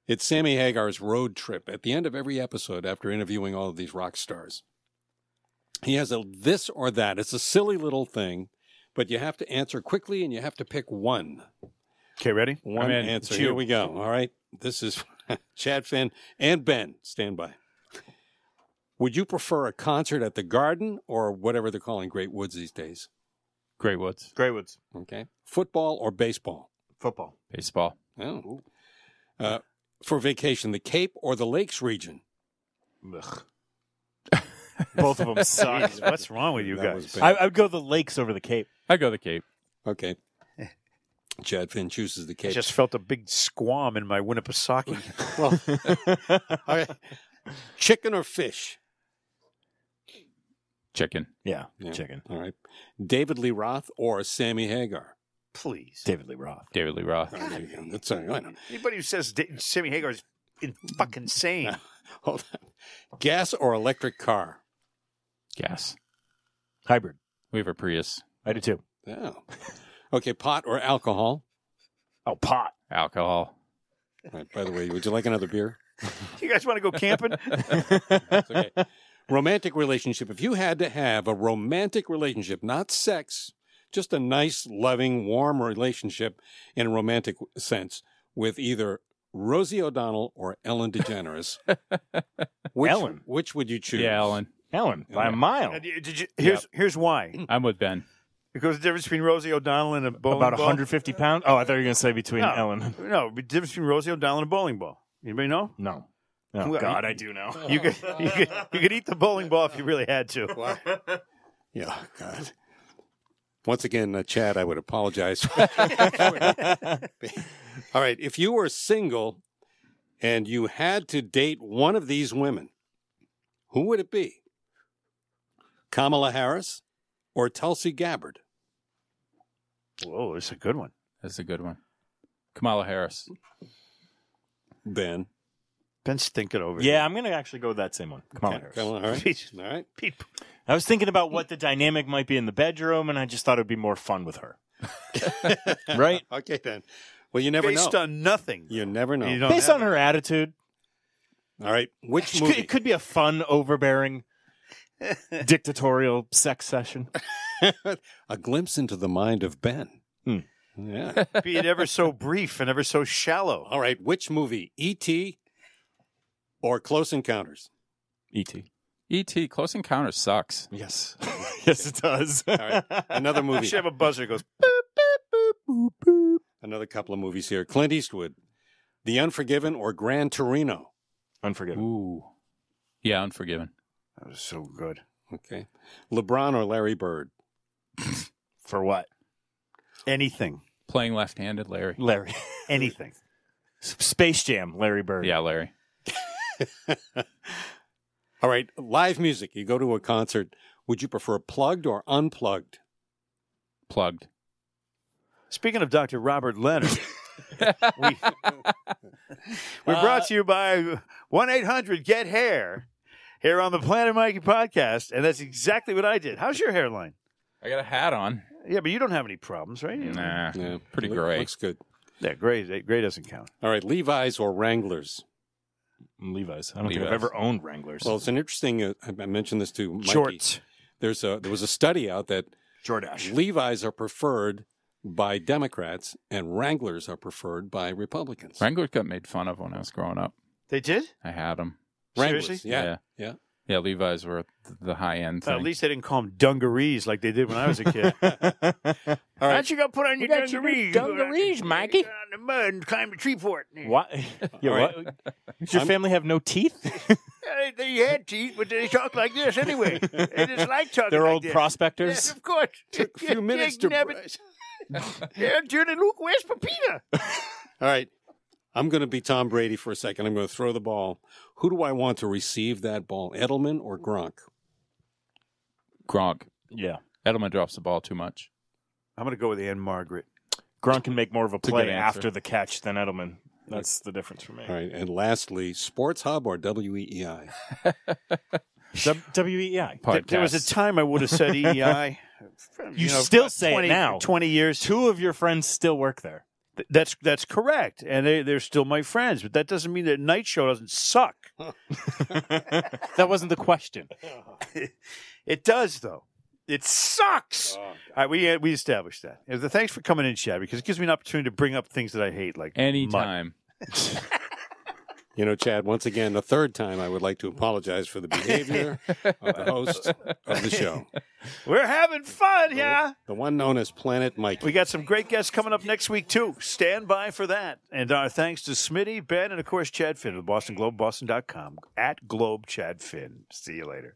Speaker 4: It's Sammy Hagar's road trip at the end of every episode after interviewing all of these rock stars. He has a this or that. It's a silly little thing, but you have to answer quickly and you have to pick one.
Speaker 3: Okay, ready?
Speaker 4: One
Speaker 3: I'm in.
Speaker 4: answer.
Speaker 3: It's
Speaker 4: Here
Speaker 3: you.
Speaker 4: we go. All right. This is Chad Finn and Ben. Stand by. Would you prefer a concert at the Garden or whatever they're calling Great Woods these days?
Speaker 6: Great Woods,
Speaker 5: Greywoods.
Speaker 4: Okay. Football or baseball?
Speaker 5: Football.
Speaker 6: baseball,
Speaker 4: Oh. Uh, for vacation, the Cape or the Lakes region?
Speaker 5: Both of them suck.
Speaker 3: Jeez, What's wrong with you
Speaker 4: That was
Speaker 3: guys?
Speaker 4: bad.
Speaker 5: I, I would go the lakes over the Cape.
Speaker 6: I go the Cape.
Speaker 4: Okay. Chad Finn chooses the
Speaker 3: I
Speaker 4: Cape.
Speaker 3: just felt a big squam in my Winnipesaukee.
Speaker 4: Well, all right. Chicken or fish?
Speaker 6: Chicken,
Speaker 5: Yeah,
Speaker 4: Yeah.
Speaker 5: chicken.
Speaker 4: All right. David Lee Roth or Sammy Hagar?
Speaker 3: Please.
Speaker 5: David Lee Roth.
Speaker 6: David Lee Roth.
Speaker 4: Oh, there you go. That's all right.
Speaker 3: Anybody who says D- Sammy Hagar is in- fucking insane.
Speaker 4: Hold on. Gas or electric car?
Speaker 6: Gas.
Speaker 5: Hybrid.
Speaker 6: We have a Prius.
Speaker 5: I do too.
Speaker 4: Oh. Okay, pot or alcohol?
Speaker 5: Oh, pot.
Speaker 6: Alcohol.
Speaker 4: All right, by the way, would you like another beer?
Speaker 3: you guys want to go camping? Uh,
Speaker 4: It's okay. romantic relationship. If you had to have a romantic relationship, not sex, just a nice, loving, warm relationship in a romantic sense with either Rosie O'Donnell or Ellen DeGeneres, which,
Speaker 5: Ellen.
Speaker 4: which would you choose?
Speaker 6: Yeah, Ellen.
Speaker 5: Ellen, by
Speaker 4: Yeah.
Speaker 5: a mile.
Speaker 3: And you- Did you, here's here's why.
Speaker 6: I'm with Ben.
Speaker 3: Because the difference between Rosie O'Donnell and a bowling
Speaker 5: About
Speaker 3: ball-
Speaker 5: 150 pounds? Oh, I thought you were going to say between
Speaker 3: No.
Speaker 5: Ellen.
Speaker 3: No, the difference between Rosie O'Donnell and a bowling ball. Anybody know?
Speaker 5: No. Oh,
Speaker 3: Well,
Speaker 5: God, I do know.
Speaker 3: You could, you could you could eat the bowling ball if you really had to.
Speaker 4: Yeah, oh, God. Once again, uh, Chad, I would apologize. All right, if you were single and you had to date one of these women, who would it be? Kamala Harris or Tulsi Gabbard?
Speaker 3: Whoa, it's a good one.
Speaker 6: That's a good one. Kamala Harris.
Speaker 4: Ben.
Speaker 3: Ben's thinking over.
Speaker 5: Yeah, I'm going to actually go with that same one. Come on, Harris.
Speaker 4: Kamala, all
Speaker 3: here.
Speaker 4: right.
Speaker 3: He's-
Speaker 4: All right.
Speaker 3: peep.
Speaker 5: I was thinking about what the dynamic might be in the bedroom, and I just thought it would be more fun with her. right?
Speaker 4: Okay, then. Well, you never
Speaker 3: based
Speaker 4: know.
Speaker 3: on nothing.
Speaker 4: you never know.
Speaker 3: You don't
Speaker 5: Based
Speaker 3: have
Speaker 5: on her attitude,
Speaker 4: All right. Which
Speaker 5: she could-
Speaker 4: movie?
Speaker 5: it could be a fun, overbearing, dictatorial sex session.
Speaker 4: A glimpse into the mind of Ben.
Speaker 5: Hmm.
Speaker 4: Yeah.
Speaker 3: it. be it ever so brief and ever so shallow.
Speaker 4: All right, which movie, E.T. or Close Encounters?
Speaker 5: E.T.
Speaker 6: E.T. E Close Encounter sucks.
Speaker 5: Yes. yes, it does.
Speaker 4: right. Another
Speaker 3: You
Speaker 4: movie,
Speaker 3: should have a buzzer that goes.
Speaker 4: another couple of movies here. Clint Eastwood, The Unforgiven or Grand Torino?
Speaker 5: Unforgivable.
Speaker 6: Ooh. Yeah, Unforgiven.
Speaker 3: That was so good.
Speaker 4: Okay, LeBron or Larry Bird?
Speaker 5: For what?
Speaker 3: Anything,
Speaker 6: Playing left-handed, Larry.
Speaker 5: Larry.
Speaker 3: anything.
Speaker 5: S- Space Jam, Larry Bird.
Speaker 6: Yeah, Larry.
Speaker 4: All right, live music. You go to a concert. Would you prefer plugged or unplugged?
Speaker 6: Plugged.
Speaker 3: Speaking of Dr. Robert Leonard, we, we're brought to you by 1 800 Get Hair here on the Planet Mikey podcast. And that's exactly what I did. How's your hairline?
Speaker 6: I got a hat on.
Speaker 3: Yeah, but you don't have any problems, right?
Speaker 6: Nah.
Speaker 4: Yeah,
Speaker 6: Pretty gray.
Speaker 4: Looks good.
Speaker 3: Yeah, gray, gray doesn't count.
Speaker 4: All right, Levi's or Wranglers?
Speaker 5: Levi's. I don't think
Speaker 6: Levi's.
Speaker 5: I've ever owned Wranglers.
Speaker 4: Well, it's an interesting. Uh, I I mentioned this to Mikey.
Speaker 5: Shorts.
Speaker 4: There's a there was a study out that
Speaker 5: Jordash.
Speaker 4: Levi's are preferred by Democrats and Wranglers are preferred by Republicans.
Speaker 6: Wranglers got made fun of when I was growing up.
Speaker 3: They did?
Speaker 6: I had them.
Speaker 4: Wranglers,
Speaker 3: Seriously?
Speaker 4: Yeah.
Speaker 6: Yeah.
Speaker 4: yeah.
Speaker 6: Yeah, Levi's were th- the high-end
Speaker 3: Uh,
Speaker 6: thing.
Speaker 3: at least they didn't call them dungarees like they did when I was a kid. Why don't you go put on your dungarees? Dungarees, Mikey. Get on the mud and climb the tree fort.
Speaker 5: What? Yeah,
Speaker 4: right.
Speaker 5: what? Does your
Speaker 4: I'm-
Speaker 5: family have no teeth?
Speaker 3: Yeah, They, they had teeth, but they talk like this anyway. They just like talking
Speaker 5: They're
Speaker 3: like
Speaker 5: old
Speaker 3: this. Yes,
Speaker 5: prospectors.
Speaker 3: of course.
Speaker 4: Took a few minutes to. brush.
Speaker 3: Yeah, Judy Luke, where's Pepita?
Speaker 4: All right. I'm going to be Tom Brady for a second. I'm going to throw the ball. Who do I want to receive that ball, Edelman or Gronk?
Speaker 6: Gronk.
Speaker 5: Yeah.
Speaker 6: Edelman drops the ball too much.
Speaker 3: I'm going to go with Anne Margaret.
Speaker 5: Gronk can make more of a
Speaker 6: a
Speaker 5: play
Speaker 6: good answer.
Speaker 5: after the catch than Edelman. That's the difference for me.
Speaker 4: All right. And lastly, Sports Hub or E WEEI?
Speaker 5: W- E WEI.
Speaker 6: Podcast.
Speaker 3: There was a time I would have said E EEI.
Speaker 5: You still say it now.
Speaker 3: 20 years.
Speaker 5: Two of your friends still work there.
Speaker 3: Th- That's that's correct, and they they're still my friends. But that doesn't mean that Night Show doesn't suck.
Speaker 5: That wasn't the question.
Speaker 3: It does though. It sucks. All right, we we established that. And the- Thanks for coming in, Chad, because it gives me an opportunity to bring up things that I hate, like mud.
Speaker 6: Anytime.
Speaker 4: You know, Chad, once again, the third time, I would like to apologize for the behavior of the host of the show,
Speaker 3: We're having fun, yeah.
Speaker 4: the one known as Planet Mike.
Speaker 3: We got some great guests coming up next week, too. Stand by for that. And our thanks to Smitty, Ben, and of course, Chad Finn of the Boston Globe, boston.com, at Globe Chad Finn. See you later.